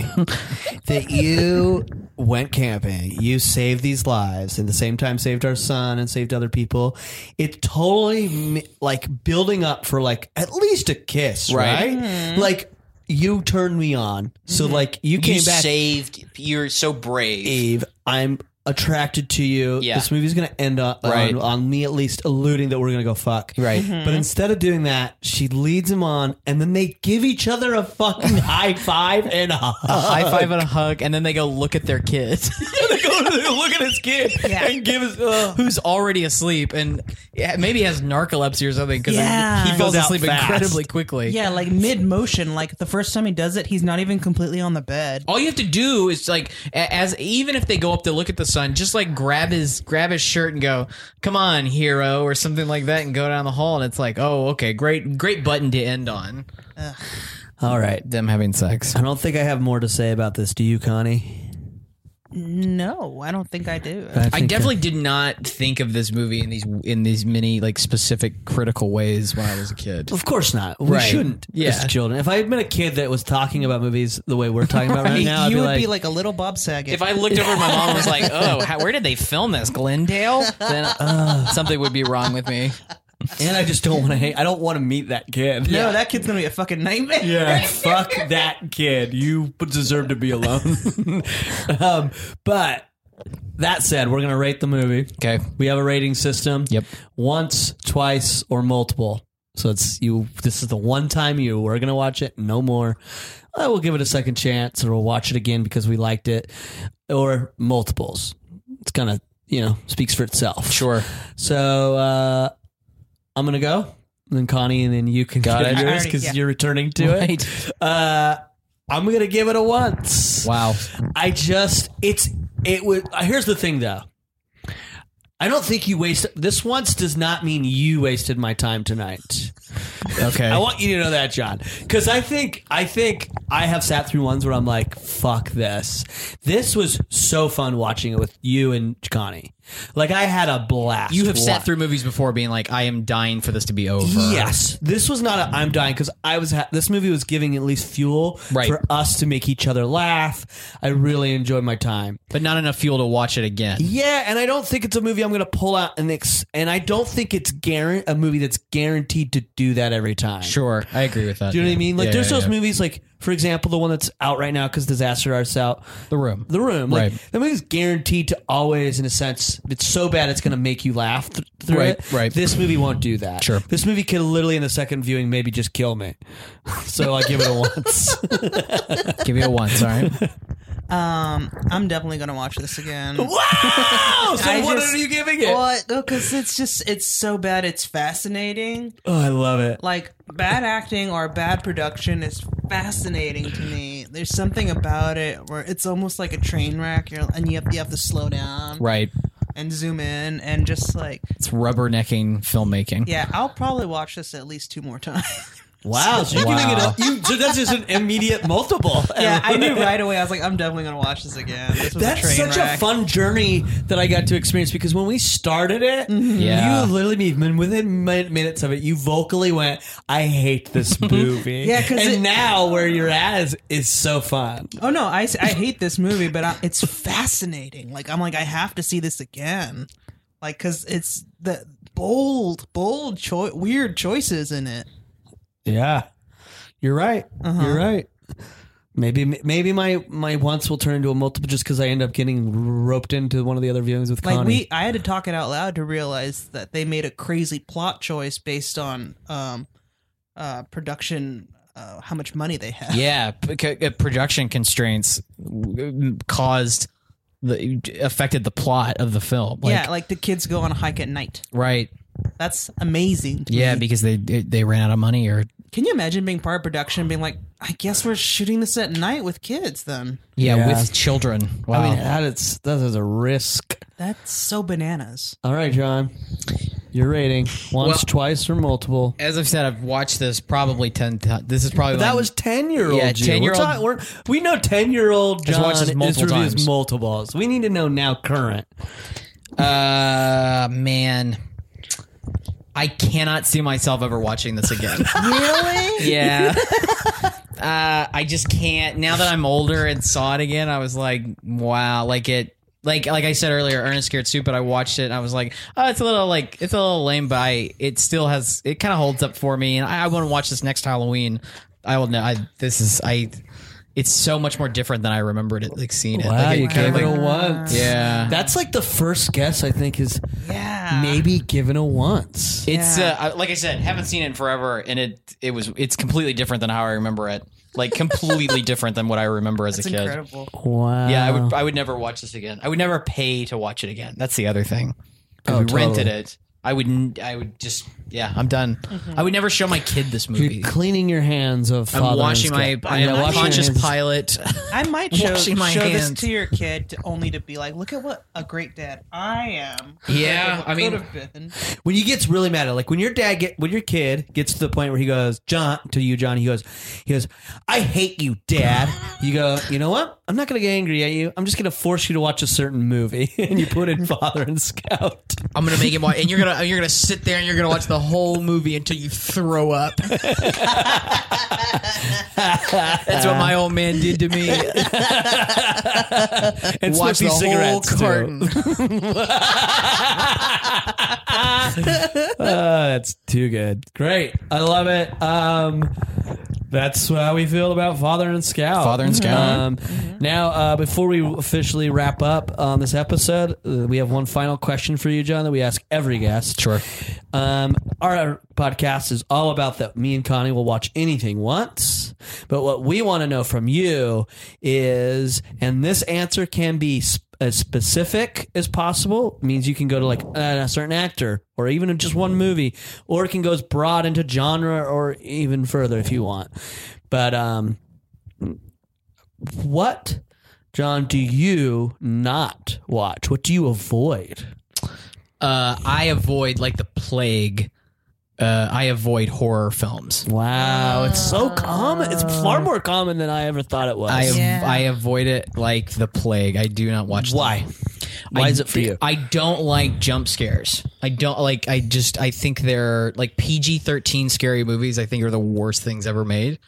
Speaker 2: that you went camping, you saved these lives, and at the same time saved our son and saved other people? It's totally mi- like building up for like at least a kiss, right? Like you turned me on, so
Speaker 4: Mm-hmm.
Speaker 2: like you came
Speaker 7: you
Speaker 2: back,
Speaker 7: saved. You're so brave.
Speaker 2: Eve. I'm attracted to you.
Speaker 7: Yeah.
Speaker 2: This movie's gonna end on,
Speaker 7: Right.
Speaker 2: on on me at least alluding that we're gonna go fuck.
Speaker 7: Right.
Speaker 2: But instead of doing that, she leads him on, and then they give each other a fucking high five and a hug.
Speaker 4: High five and a hug, and then they go look at their kid.
Speaker 2: they go look at his kid and give his. Uh,
Speaker 4: who's already asleep and yeah, maybe has narcolepsy or something because
Speaker 5: Yeah.
Speaker 4: he,
Speaker 5: He
Speaker 4: falls
Speaker 2: goes out
Speaker 4: asleep
Speaker 2: fast.
Speaker 4: incredibly quickly.
Speaker 5: Yeah, like mid motion. Like the first time he does it, he's not even completely on the bed.
Speaker 4: All you have to do is like, a- as even if they go up to look at the sun, just like grab his grab his shirt and go, "Come on, hero," or something like that, and go down the hall. And it's like, oh, okay, great, great button to end on.
Speaker 2: All right.
Speaker 4: Them having sex.
Speaker 2: I don't think I have more to say about this. Do you, Connie? uh,
Speaker 5: No, I don't think I do.
Speaker 4: I definitely did not think of this movie in these in these many like specific critical ways when I was a kid.
Speaker 2: Of course not. We
Speaker 4: Right.
Speaker 2: shouldn't
Speaker 4: Yeah.
Speaker 2: as children. If I had been a kid that was talking about movies the way we're talking about right now, I'd
Speaker 5: you
Speaker 2: be
Speaker 5: would
Speaker 2: like,
Speaker 5: be like a little Bob Saget.
Speaker 4: If I looked over at my mom and was like, "Oh, how, where did they film this, Glendale?" Then uh, something would be wrong with me.
Speaker 2: and I just don't want to hang. I don't want to meet that kid.
Speaker 5: no, that kid's gonna be a fucking nightmare.
Speaker 2: Yeah, fuck that kid. You deserve to be alone. um, but that said, we're gonna rate the movie.
Speaker 4: Okay.
Speaker 2: We have a rating system.
Speaker 4: Yep.
Speaker 2: Once, twice, or multiple. So it's you. This is the one time you were gonna watch it. No more. I will give it a second chance, or we'll watch it again because we liked it, or multiples. It's kind of you know speaks for itself.
Speaker 4: Sure.
Speaker 2: So uh, I'm gonna go, and then Connie, and then you can
Speaker 4: Got
Speaker 2: go
Speaker 4: it.
Speaker 2: to yours
Speaker 5: Alrighty,
Speaker 2: because
Speaker 5: yeah.
Speaker 2: you're returning to it. Uh, I'm gonna give it a once.
Speaker 4: Wow.
Speaker 2: I just it's it would. uh, Here's the thing though. I don't think you waste this once does not mean you wasted my time tonight.
Speaker 4: Okay.
Speaker 2: I want you to know that, John, because I think I think I have sat through ones where I'm like, "Fuck this." This was so fun watching it with you and Connie. Like I had a blast.
Speaker 4: you have
Speaker 2: wa-
Speaker 4: sat through movies before being like, I am dying for this to be over.
Speaker 2: Yes, this was not a I'm dying because I was ha- this movie was giving at least fuel
Speaker 4: Right.
Speaker 2: for us to make each other laugh. I really enjoyed my time.
Speaker 4: But not enough fuel to watch it again.
Speaker 2: Yeah, and I don't think it's a movie I'm going to pull out and ex- and I don't think it's guaran- a movie that's guaranteed to do that every time.
Speaker 4: Sure. I agree with that.
Speaker 2: Do you know what
Speaker 4: Yeah.
Speaker 2: I mean? Like,
Speaker 4: Yeah,
Speaker 2: there's
Speaker 4: yeah,
Speaker 2: those
Speaker 4: yeah.
Speaker 2: movies, like for example, the one that's out right now because Disaster Art's out,
Speaker 4: The Room.
Speaker 2: The Room. Like,
Speaker 4: Right.
Speaker 2: that movie's guaranteed to always, in a sense, it's so bad it's going to make you laugh th- through
Speaker 4: Right,
Speaker 2: it.
Speaker 4: right.
Speaker 2: This movie won't do that.
Speaker 4: Sure.
Speaker 2: This movie could literally, in the second viewing, maybe just kill me. so I'll give it a once.
Speaker 4: Give me a once, all right?
Speaker 5: Um, I'm definitely gonna watch this again.
Speaker 2: wow! So
Speaker 5: I
Speaker 2: what
Speaker 5: just-
Speaker 2: are you giving it?
Speaker 5: Well, because it's just it's so bad. It's fascinating.
Speaker 2: oh, I love it.
Speaker 5: Like bad acting or bad production is fascinating to me. There's something about it where it's almost like a train wreck, You're, and you have you have to slow down
Speaker 4: Right.
Speaker 5: and zoom in and just like
Speaker 4: It's rubbernecking filmmaking.
Speaker 5: yeah. I'll probably watch this at least two more times.
Speaker 2: Wow, so you're
Speaker 4: Wow.
Speaker 2: giving it a, you, so that's just an immediate multiple.
Speaker 5: yeah, I knew right away. I was like, I'm definitely gonna watch this again. This was a
Speaker 2: That's
Speaker 5: train
Speaker 2: such
Speaker 5: wreck.
Speaker 2: a fun journey that I got to experience because when we started it,
Speaker 5: Mm-hmm.
Speaker 4: Yeah.
Speaker 2: you literally even within min- minutes of it, you vocally went, "I hate this movie."
Speaker 5: Yeah, 'cause
Speaker 2: and
Speaker 5: it-
Speaker 2: now where you're at is is so fun.
Speaker 5: Oh no, I, I hate this movie, but I, it's fascinating. Like I'm like I have to see this again, like because it's the bold, bold, choi- weird choices in it.
Speaker 2: Yeah, you're right.
Speaker 5: Uh-huh.
Speaker 2: You're right. Maybe maybe my my once will turn into a multiple just because I end up getting roped into one of the other viewings with
Speaker 5: Like
Speaker 2: Connie.
Speaker 5: we, I had to talk it out loud to realize that they made a crazy plot choice based on um, uh, production, uh, how much money they had.
Speaker 4: Yeah. p- c- uh, production constraints w- caused the affected the plot of the film. Like,
Speaker 5: yeah, like the kids go on a hike at night.
Speaker 4: Right.
Speaker 5: That's amazing. to
Speaker 4: Yeah,
Speaker 5: me.
Speaker 4: because they they ran out of money or
Speaker 5: Can you imagine being part of production and being like, I guess we're shooting this at night with kids then?
Speaker 4: Yeah,
Speaker 2: Yeah.
Speaker 4: with children. Wow.
Speaker 2: I mean, that is that is a risk.
Speaker 5: That's so bananas.
Speaker 2: All right, John, your rating once, twice, or multiple.
Speaker 4: As I've said, I've watched this probably ten times. This is probably
Speaker 6: That
Speaker 4: my-
Speaker 6: was ten year old.
Speaker 4: Yeah, 10-year-old
Speaker 6: We know ten year old
Speaker 4: Has
Speaker 6: John
Speaker 4: watched this
Speaker 6: has
Speaker 4: multiple
Speaker 6: reviews
Speaker 4: times.
Speaker 6: multiples. We need to know now current.
Speaker 4: Uh, man. I cannot see myself ever watching this again.
Speaker 3: Really?
Speaker 4: yeah. Uh, I just can't. Now that I'm older and saw it again, I was like, wow, like it. Like like I said earlier, Ernest Scared Stupid. I watched it and I was like, oh, it's a little like it's a little lame, but I, it still has it kind of holds up for me, and I, I want to watch this next Halloween. I will know. I, this is I. It's so much more different than I remembered it like seeing it. like, it kinda, like-
Speaker 2: once.
Speaker 4: yeah.
Speaker 2: That's like the first guess I think is
Speaker 5: Yeah.
Speaker 2: maybe given a once.
Speaker 4: It's uh, I- like I said, haven't seen it in forever, and it it was it's completely different than how I remember it. Like completely different than what I remember as a kid.
Speaker 5: Incredible.
Speaker 2: wow.
Speaker 4: Yeah, I would I would never watch this again. I would never pay to watch it again. That's the other thing. 'Cause
Speaker 2: Oh,
Speaker 4: we
Speaker 2: totally.
Speaker 4: rented it. I would not I would just yeah. I'm done. I would never show my kid this movie.
Speaker 2: You're cleaning your hands of.
Speaker 4: I'm
Speaker 2: father
Speaker 4: washing
Speaker 2: and
Speaker 4: my
Speaker 2: stuff.
Speaker 4: I am
Speaker 2: Yeah,
Speaker 4: a
Speaker 2: washing your
Speaker 4: conscious
Speaker 2: hands.
Speaker 4: pilot.
Speaker 5: I might show,
Speaker 4: Washing my
Speaker 5: show this
Speaker 4: hands.
Speaker 5: to your kid to, only to be like, look at what a great dad I am.
Speaker 4: Yeah, I mean-
Speaker 5: could have been.
Speaker 6: When he gets really mad at like when your dad get when your kid gets to the point where he goes John to you John he goes he goes I hate you dad you go you know what I'm not gonna get angry at you I'm just gonna force you to watch a certain movie and you put in Father and Scout
Speaker 4: I'm gonna make him watch, and you're gonna you're gonna sit there and you're gonna watch the whole movie until you throw up. That's what my old man did to me.
Speaker 6: and
Speaker 4: Watch the
Speaker 6: smoking
Speaker 4: whole
Speaker 6: cigarettes too.
Speaker 4: carton.
Speaker 2: Uh, that's too good. Great. I love it. Um, that's how we feel about Father and Scout.
Speaker 4: Father and Scout.
Speaker 2: Um,
Speaker 6: Mm-hmm.
Speaker 2: Now, uh, before we officially wrap up on this episode, uh, we have one final question for you, John, that we ask every guest.
Speaker 4: Sure.
Speaker 2: Um, our podcast is all about that. Me and Connie will watch anything once, but what we want to know from you is, and this answer can be sp- as specific as possible. It means you can go to like a certain actor, or even just one movie, or it can go as broad into genre, or even further if you want. But um, what, John, do you not watch? What do you avoid?
Speaker 4: Uh, I avoid like the plague. Uh, I avoid horror films.
Speaker 2: Wow, Oh, it's so common. It's far more common than Uh, I ever thought it was.
Speaker 4: I
Speaker 3: Yeah.
Speaker 4: I avoid it like the plague. I do not watch. them.
Speaker 2: Why? Why
Speaker 4: I
Speaker 2: is it for
Speaker 4: d-
Speaker 2: you?
Speaker 4: I don't like jump scares. I don't like. I just. I think they're like PG thirteen scary movies. I think are the worst things ever made.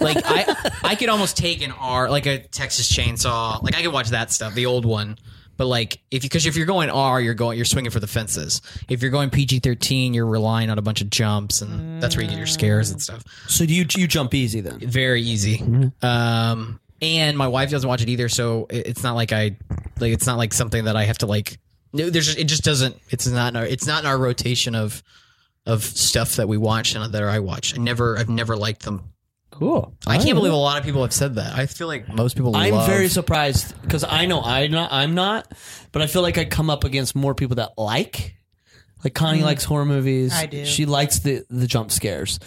Speaker 4: like I, I could almost take an R, like a Texas Chainsaw. Like I could watch that stuff, the old one. But like if because if you're going R, you're going you're swinging for the fences. If you're going PG thirteen, you're relying on a bunch of jumps, and that's where you get your scares and stuff
Speaker 2: so you you jump easy then?
Speaker 4: very easy. Um, and my wife doesn't watch it either, so it- it's not like I like it's not like something that I have to like. No, there's just, it just doesn't. It's not in our, it's not in our rotation of of stuff that we watch and that I watch. I never I've never liked them.
Speaker 2: Cool.
Speaker 4: I can't believe a lot of people have said that. I feel like most people.
Speaker 2: Oh, I'm
Speaker 4: love-
Speaker 2: very surprised because I know I not I'm not, but I feel like I come up against more people that like. Like Connie likes horror movies.
Speaker 5: I do.
Speaker 2: She likes the the jump scares.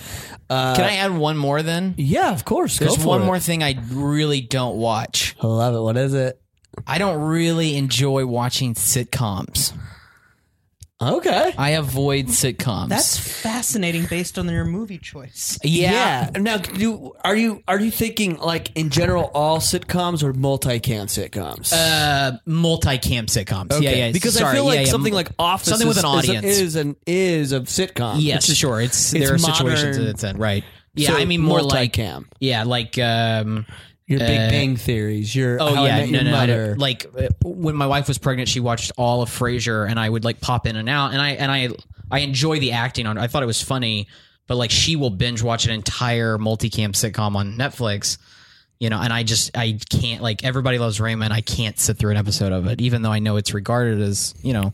Speaker 2: Uh,
Speaker 4: Can I add one more then?
Speaker 2: yeah, of course. Go
Speaker 4: There's
Speaker 2: for
Speaker 4: one
Speaker 2: it.
Speaker 4: more thing I really don't watch.
Speaker 2: I love it. What is it?
Speaker 4: I don't really enjoy watching sitcoms.
Speaker 2: Okay.
Speaker 4: I avoid sitcoms.
Speaker 5: That's fascinating based on your movie choice.
Speaker 4: yeah.
Speaker 2: Now, do are you are you thinking like in general all sitcoms or multi-cam sitcoms?
Speaker 4: Uh, multi-cam sitcoms. Yeah, yeah.
Speaker 2: Because I
Speaker 4: Sorry,
Speaker 2: feel like
Speaker 4: yeah, yeah.
Speaker 2: something like Office,
Speaker 4: something with
Speaker 2: is-
Speaker 4: an
Speaker 2: is a-
Speaker 4: audience.
Speaker 2: is, an is a sitcom.
Speaker 4: yes,
Speaker 2: It's just-
Speaker 4: sure. It's,
Speaker 2: it's
Speaker 4: there are situations
Speaker 2: modern.
Speaker 4: that it's in, right? Yeah,
Speaker 2: so
Speaker 4: I mean more like
Speaker 2: multicam.
Speaker 4: yeah, like um,
Speaker 2: your Big
Speaker 4: uh,
Speaker 2: Bang theories. Your
Speaker 4: oh
Speaker 2: How I
Speaker 4: yeah,
Speaker 2: Met
Speaker 4: no,
Speaker 2: Your
Speaker 4: no, I
Speaker 2: Mother.
Speaker 4: don't- like uh, when my wife was pregnant, she watched all of Frasier, and I would like pop in and out, and I and I I enjoy the acting on. I thought it was funny, but like she will binge watch an entire multicam sitcom on Netflix. You know, and I just I can't like everybody loves Raymond. I can't sit through an episode of it, even though I know it's regarded as you know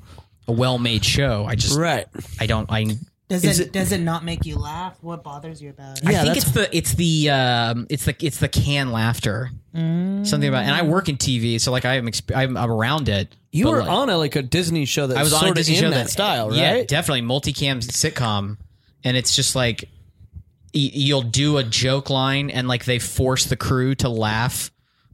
Speaker 4: a well-made show. I just
Speaker 2: right.
Speaker 4: I don't. I
Speaker 5: Does it, does it not make you laugh? What bothers you about it?
Speaker 4: I
Speaker 2: Yeah,
Speaker 4: think
Speaker 2: that's-
Speaker 4: it's the it's the um, it's the it's the canned laughter.
Speaker 2: Mm.
Speaker 4: Something about and I work in TV, so like I am exp- I'm, I'm around it.
Speaker 2: You
Speaker 4: but,
Speaker 2: were
Speaker 4: like,
Speaker 2: on a, like a Disney show that
Speaker 4: I was on a
Speaker 2: sorta
Speaker 4: Disney
Speaker 2: in
Speaker 4: show
Speaker 2: that, style, right?
Speaker 4: Yeah, definitely multicam sitcom, and it's just like y- you'll do a joke line and like they force the crew to laugh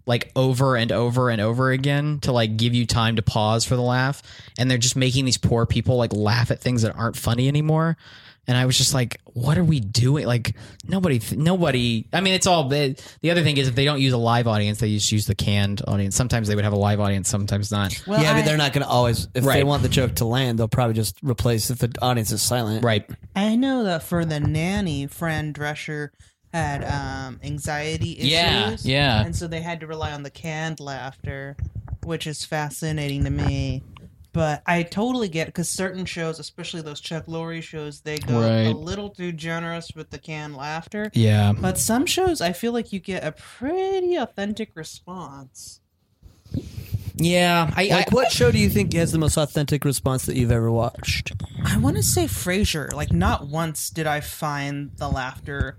Speaker 4: like over and over and over again to like give you time to pause for the laugh and they're just making these poor people like laugh at things that aren't funny anymore and i was just like what are we doing like nobody th- nobody i mean it's all the, the other thing is if they don't use a live audience they just use the canned audience sometimes they would have a live audience sometimes not
Speaker 3: Well, I,
Speaker 2: yeah, but they're not going to always. If they
Speaker 4: Right.
Speaker 2: want the joke to land, they'll probably just replace if the audience is silent.
Speaker 4: right
Speaker 5: I know that for the nanny, Fran Drescher had um, anxiety issues.
Speaker 4: Yeah, yeah.
Speaker 5: And so they had to rely on the canned laughter, which is fascinating to me. But I totally get because certain shows, especially those Chuck Lorre shows, they go a
Speaker 4: Right.
Speaker 5: little too generous with the canned laughter.
Speaker 4: yeah
Speaker 5: But some shows, I feel like you get a pretty authentic response.
Speaker 4: yeah i, I
Speaker 2: Like, what show do you think has the most authentic response that you've ever watched?
Speaker 5: I want to say Frasier. Like, not once did I find the laughter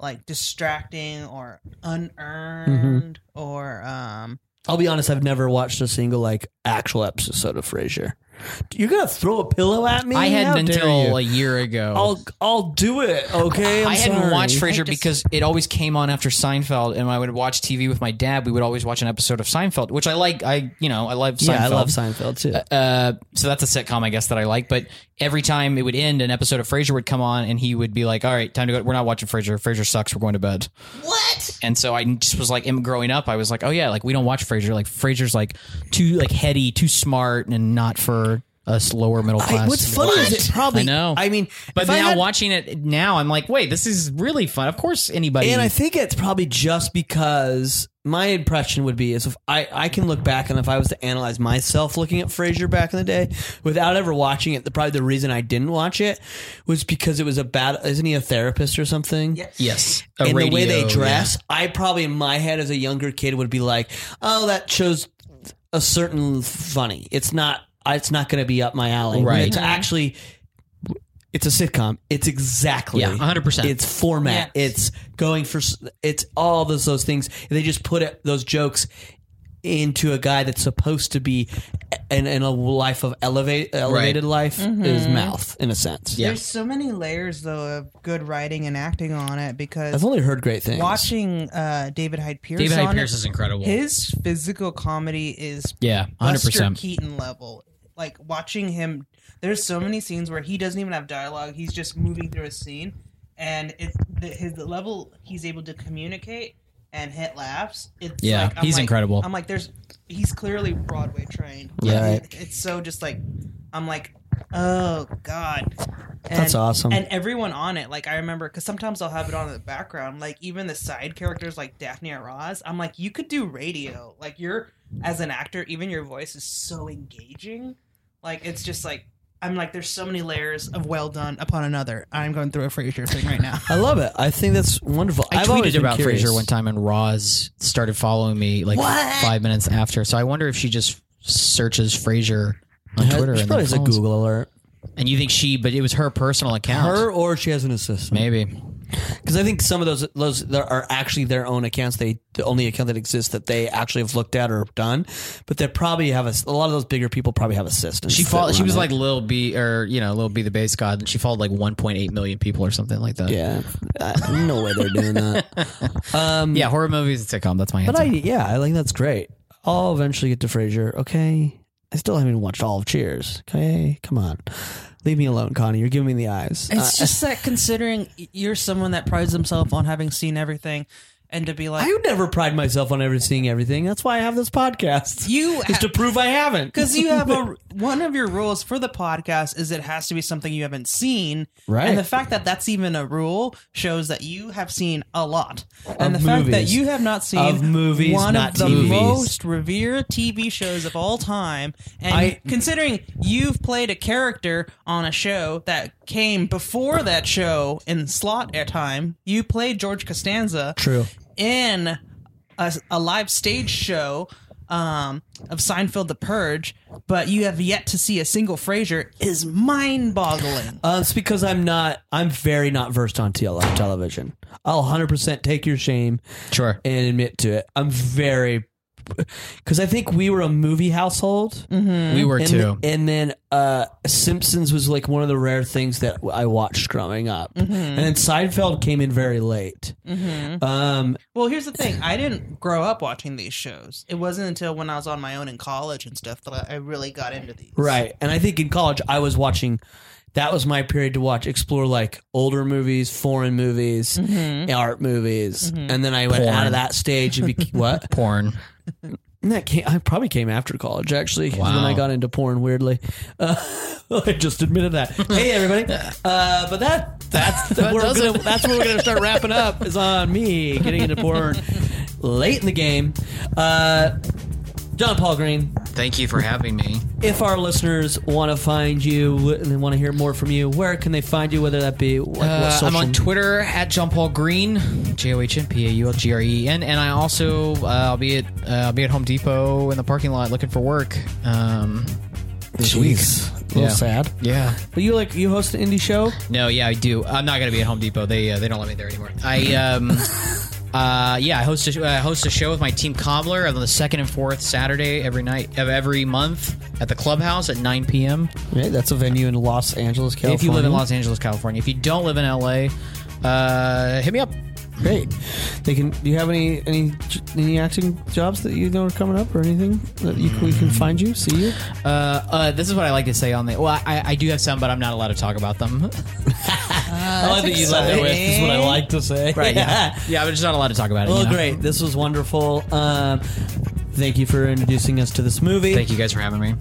Speaker 5: like distracting or unearned
Speaker 4: Mm-hmm.
Speaker 5: or um.
Speaker 2: I'll be honest, I've never watched a single like actual episode of Frasier. You're gonna throw a pillow at me?
Speaker 4: I
Speaker 2: How
Speaker 4: hadn't
Speaker 2: dare
Speaker 4: until
Speaker 2: you.
Speaker 4: a year ago
Speaker 2: I'll I'll do it. Okay, I'm
Speaker 4: I hadn't
Speaker 2: sorry.
Speaker 4: watched
Speaker 3: I
Speaker 4: Frasier
Speaker 3: just-
Speaker 4: because it always came on after Seinfeld, and when I would watch TV with my dad. We would always watch an episode of Seinfeld, which I like. I you know I love Seinfeld.
Speaker 2: Yeah, I love Seinfeld too.
Speaker 4: Uh, so that's a sitcom, I guess, that I like. But every time it would end, an episode of Frasier would come on, and he would be like, "All right, time to go. We're not watching Frasier. Frasier sucks. We're going to bed." What? And so I just was like, and growing up, I was like, "Oh yeah, like we don't watch Frasier. Like Frasier's like too like heady, too smart, and not for us lower middle class."
Speaker 2: I, what's funny is it probably.
Speaker 4: I know.
Speaker 2: I mean,
Speaker 4: But
Speaker 2: if I
Speaker 4: now
Speaker 2: had-
Speaker 4: watching it now, I'm like, wait, this is really fun. Of course, anybody.
Speaker 2: And I think it's probably just because my impression would be is if I, I can look back and if I was to analyze myself looking at Frasier back in the day without ever watching it, the probably the reason I didn't watch it was because it was about isn't he a therapist or something? Yes.
Speaker 4: yes, a
Speaker 2: And the way
Speaker 4: radio,
Speaker 2: they dress, I probably in my head as a younger kid would be like, oh, that shows a certain funny. It's not. It's not going to be up my alley. When
Speaker 4: Right.
Speaker 2: It's
Speaker 5: Mm-hmm.
Speaker 2: actually. It's a sitcom. It's exactly
Speaker 4: Yeah, 100%.
Speaker 2: It's format. It's going for. s- It's all those those things. They just put it, those jokes into a guy that's supposed to be in, in a life of elevate, elevated life is
Speaker 5: Mm-hmm.
Speaker 2: mouth in a sense.
Speaker 4: Yeah.
Speaker 5: There's so many layers though of good writing and acting on it because
Speaker 2: I've only heard great things.
Speaker 5: watching uh David Hyde Pierce.
Speaker 4: Yeah. David
Speaker 5: on
Speaker 4: Hyde
Speaker 5: it,
Speaker 4: Pierce is incredible.
Speaker 5: His physical comedy is
Speaker 4: yeah, hundred
Speaker 5: Buster
Speaker 4: percent.
Speaker 5: Keaton level. Like watching him, there's so many scenes where he doesn't even have dialogue. He's just moving through a scene, and it's the, his the level he's able to communicate and hit laughs. It's
Speaker 4: Yeah,
Speaker 5: like, I'm
Speaker 4: he's
Speaker 5: like-
Speaker 4: incredible.
Speaker 5: I'm like, there's he's clearly Broadway trained.
Speaker 2: Yeah.
Speaker 5: Like, it- it's so just like I'm like, oh god, and,
Speaker 2: That's awesome.
Speaker 5: And everyone on it, like I remember, because sometimes I'll have it on in the background, like even the side characters, like Daphne or Roz. I'm like, you could do radio. Like you're as an actor, even your voice is so engaging. Like it's just like I'm like, there's so many layers of well done upon another. I'm going through a Frasier thing right now.
Speaker 2: I love it. I think that's wonderful.
Speaker 4: I
Speaker 2: have always
Speaker 4: tweeted
Speaker 2: been
Speaker 4: about
Speaker 2: curious.
Speaker 4: Frasier one time, and Roz started following me like five minutes after. So I wonder if she just searches Frasier on
Speaker 2: Has-
Speaker 4: Twitter
Speaker 2: She
Speaker 4: and
Speaker 2: probably
Speaker 4: then
Speaker 2: has a
Speaker 4: follows.
Speaker 2: Google alert.
Speaker 4: And you think she? But it was her personal account.
Speaker 2: Her or she has an assistant.
Speaker 4: maybe.
Speaker 2: Because I think some of those those there are actually their own accounts. They the only account that exists that they actually have looked at or done. But they probably have a, a lot of those bigger people probably have assistants.
Speaker 4: She
Speaker 2: that
Speaker 4: followed. She
Speaker 2: run
Speaker 4: was
Speaker 2: it.
Speaker 4: like Lil B, or you know, Lil B the bass god, and she followed like 1.8 million people or something like that.
Speaker 2: yeah, I, no way they're doing that. Um,
Speaker 4: yeah. Horror movies and sitcom. That's my answer.
Speaker 2: but I yeah, I think that's great. I'll eventually get to Frasier. Okay, I still haven't even watched all of Cheers. Okay, come on, leave me alone, Connie. You're giving me the eyes.
Speaker 5: It's just that considering you're someone that prides himself on having seen everything, and to be like,
Speaker 2: I would never pride myself on ever seeing everything. That's why I have this podcast.
Speaker 5: You
Speaker 2: is to prove I haven't.
Speaker 5: Because you have a one of your rules for the podcast is it has to be something you haven't seen,
Speaker 2: Right.
Speaker 5: And the fact that that's even a rule shows that you have seen a lot, and the
Speaker 2: Of
Speaker 5: fact that
Speaker 2: movies.
Speaker 5: you have not seen
Speaker 2: Of movies,
Speaker 5: one
Speaker 2: not
Speaker 5: of the
Speaker 2: TVs.
Speaker 5: most revered TV shows of all time, and
Speaker 2: I-
Speaker 5: considering you've played a character on a show that came before that show in slot air time, you played George Costanza,
Speaker 2: True.
Speaker 5: in a, a live stage show um, of Seinfeld The Purge, but you have yet to see a single Frasier is mind boggling.
Speaker 2: Uh, it's because I'm not. I'm very not versed on TLF television. I'll 100 percent take your shame
Speaker 4: sure.
Speaker 2: and admit to it. I'm very because I think we were a movie household.
Speaker 5: Mm-hmm.
Speaker 4: we were
Speaker 2: And,
Speaker 4: too.
Speaker 2: and then uh, Simpsons was like one of the rare things that I watched growing up,
Speaker 5: Mm-hmm.
Speaker 2: and then Seinfeld came in very late. Um,
Speaker 5: Well, here's the thing. I didn't grow up watching these shows. It wasn't until when I was on my own in college and stuff that I I really got into these.
Speaker 2: Right. And I think in college, I was watching, that was my period to watch, explore like older movies, foreign movies, art movies. And then I went out of that stage and became, what?
Speaker 4: Porn.
Speaker 2: And that came, I probably came after college actually. 'cause When
Speaker 4: Wow.
Speaker 2: I got into porn, weirdly, uh, I just admitted that. Hey everybody, uh, but that that's
Speaker 4: That
Speaker 2: we're
Speaker 4: does
Speaker 2: gonna,
Speaker 4: it.
Speaker 2: that's where we're gonna start wrapping up is on me getting into porn late in the game. Uh, John Paul Green,
Speaker 4: Thank you for having me.
Speaker 2: if our listeners want to find you and they want to hear more from you, where can they find you? Whether that be like, what
Speaker 4: Uh,
Speaker 2: social
Speaker 4: I'm on Twitter at John Paul Green, J O H N P A U L G R E N, and I also uh, I'll be at uh, I'll be at Home Depot in the parking lot looking for work. Um,
Speaker 2: this week. A little
Speaker 4: Yeah.
Speaker 2: sad,
Speaker 4: yeah,
Speaker 2: but you like you host an indie show.
Speaker 4: no, yeah, I do. I'm not gonna be at Home Depot. They uh, they don't let me there anymore. I um, uh, yeah, I host a, I host a show with my team Cobbler on the second and fourth Saturday every night of every month at the clubhouse at 9 p.m.
Speaker 2: Right, that's a venue in Los Angeles, California.
Speaker 4: If you live in Los Angeles, California, if you don't live in LA, uh, hit me up.
Speaker 2: Great. They can. Do you have any any any acting jobs that you know are coming up or anything that you, we can find you, see you?
Speaker 4: Uh, uh, this is what I like to say on the. Well, I, I do have some, but I'm not allowed to talk about them.
Speaker 2: I like that you left it with. Is what I like to say. Right. Yeah.
Speaker 4: yeah, I'm just not allowed to talk about it.
Speaker 2: well,
Speaker 4: you know?
Speaker 2: great. This was wonderful. Um, thank you for introducing us to this movie.
Speaker 4: Thank you guys for having me.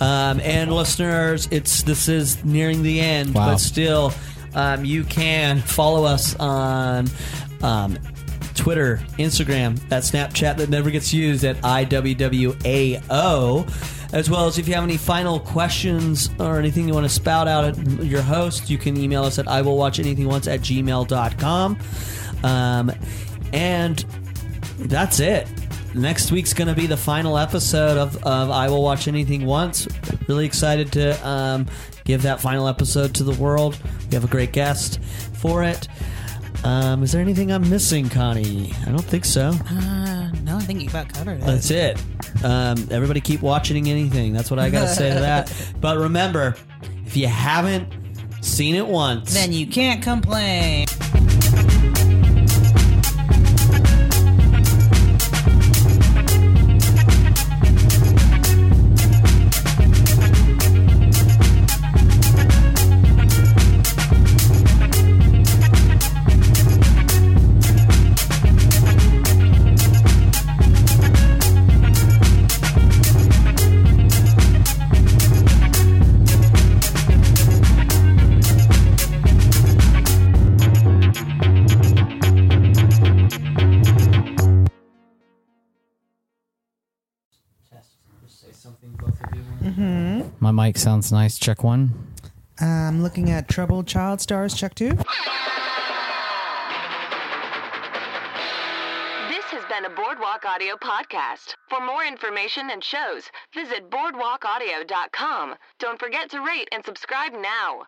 Speaker 2: Um, and listeners, it's this is nearing the end,
Speaker 4: Wow.
Speaker 2: but still, um, you can follow us on um, Twitter, Instagram, that Snapchat that never gets used at IWWAO. As well as if you have any final questions or anything you want to spout out at your host, you can email us at I will watch anything once at gmail.com. Um, and that's it. Next week's going to be the final episode of, of I Will Watch Anything Once. Really excited to um, give that final episode to the world. We have a great guest for it. Um, is there anything I'm missing, Connie? I don't think so.
Speaker 3: Uh, no, I think you about covered it.
Speaker 2: That's it. Um, everybody keep watching anything. That's what I got to say to that. But remember, if you haven't seen it once,
Speaker 3: then you can't complain.
Speaker 4: My mic sounds nice. Check one.
Speaker 5: I'm looking at Troubled Child Stars, check two.
Speaker 1: This has been a Boardwalk Audio podcast. For more information and shows, visit boardwalkaudio.com. Don't forget to rate and subscribe now.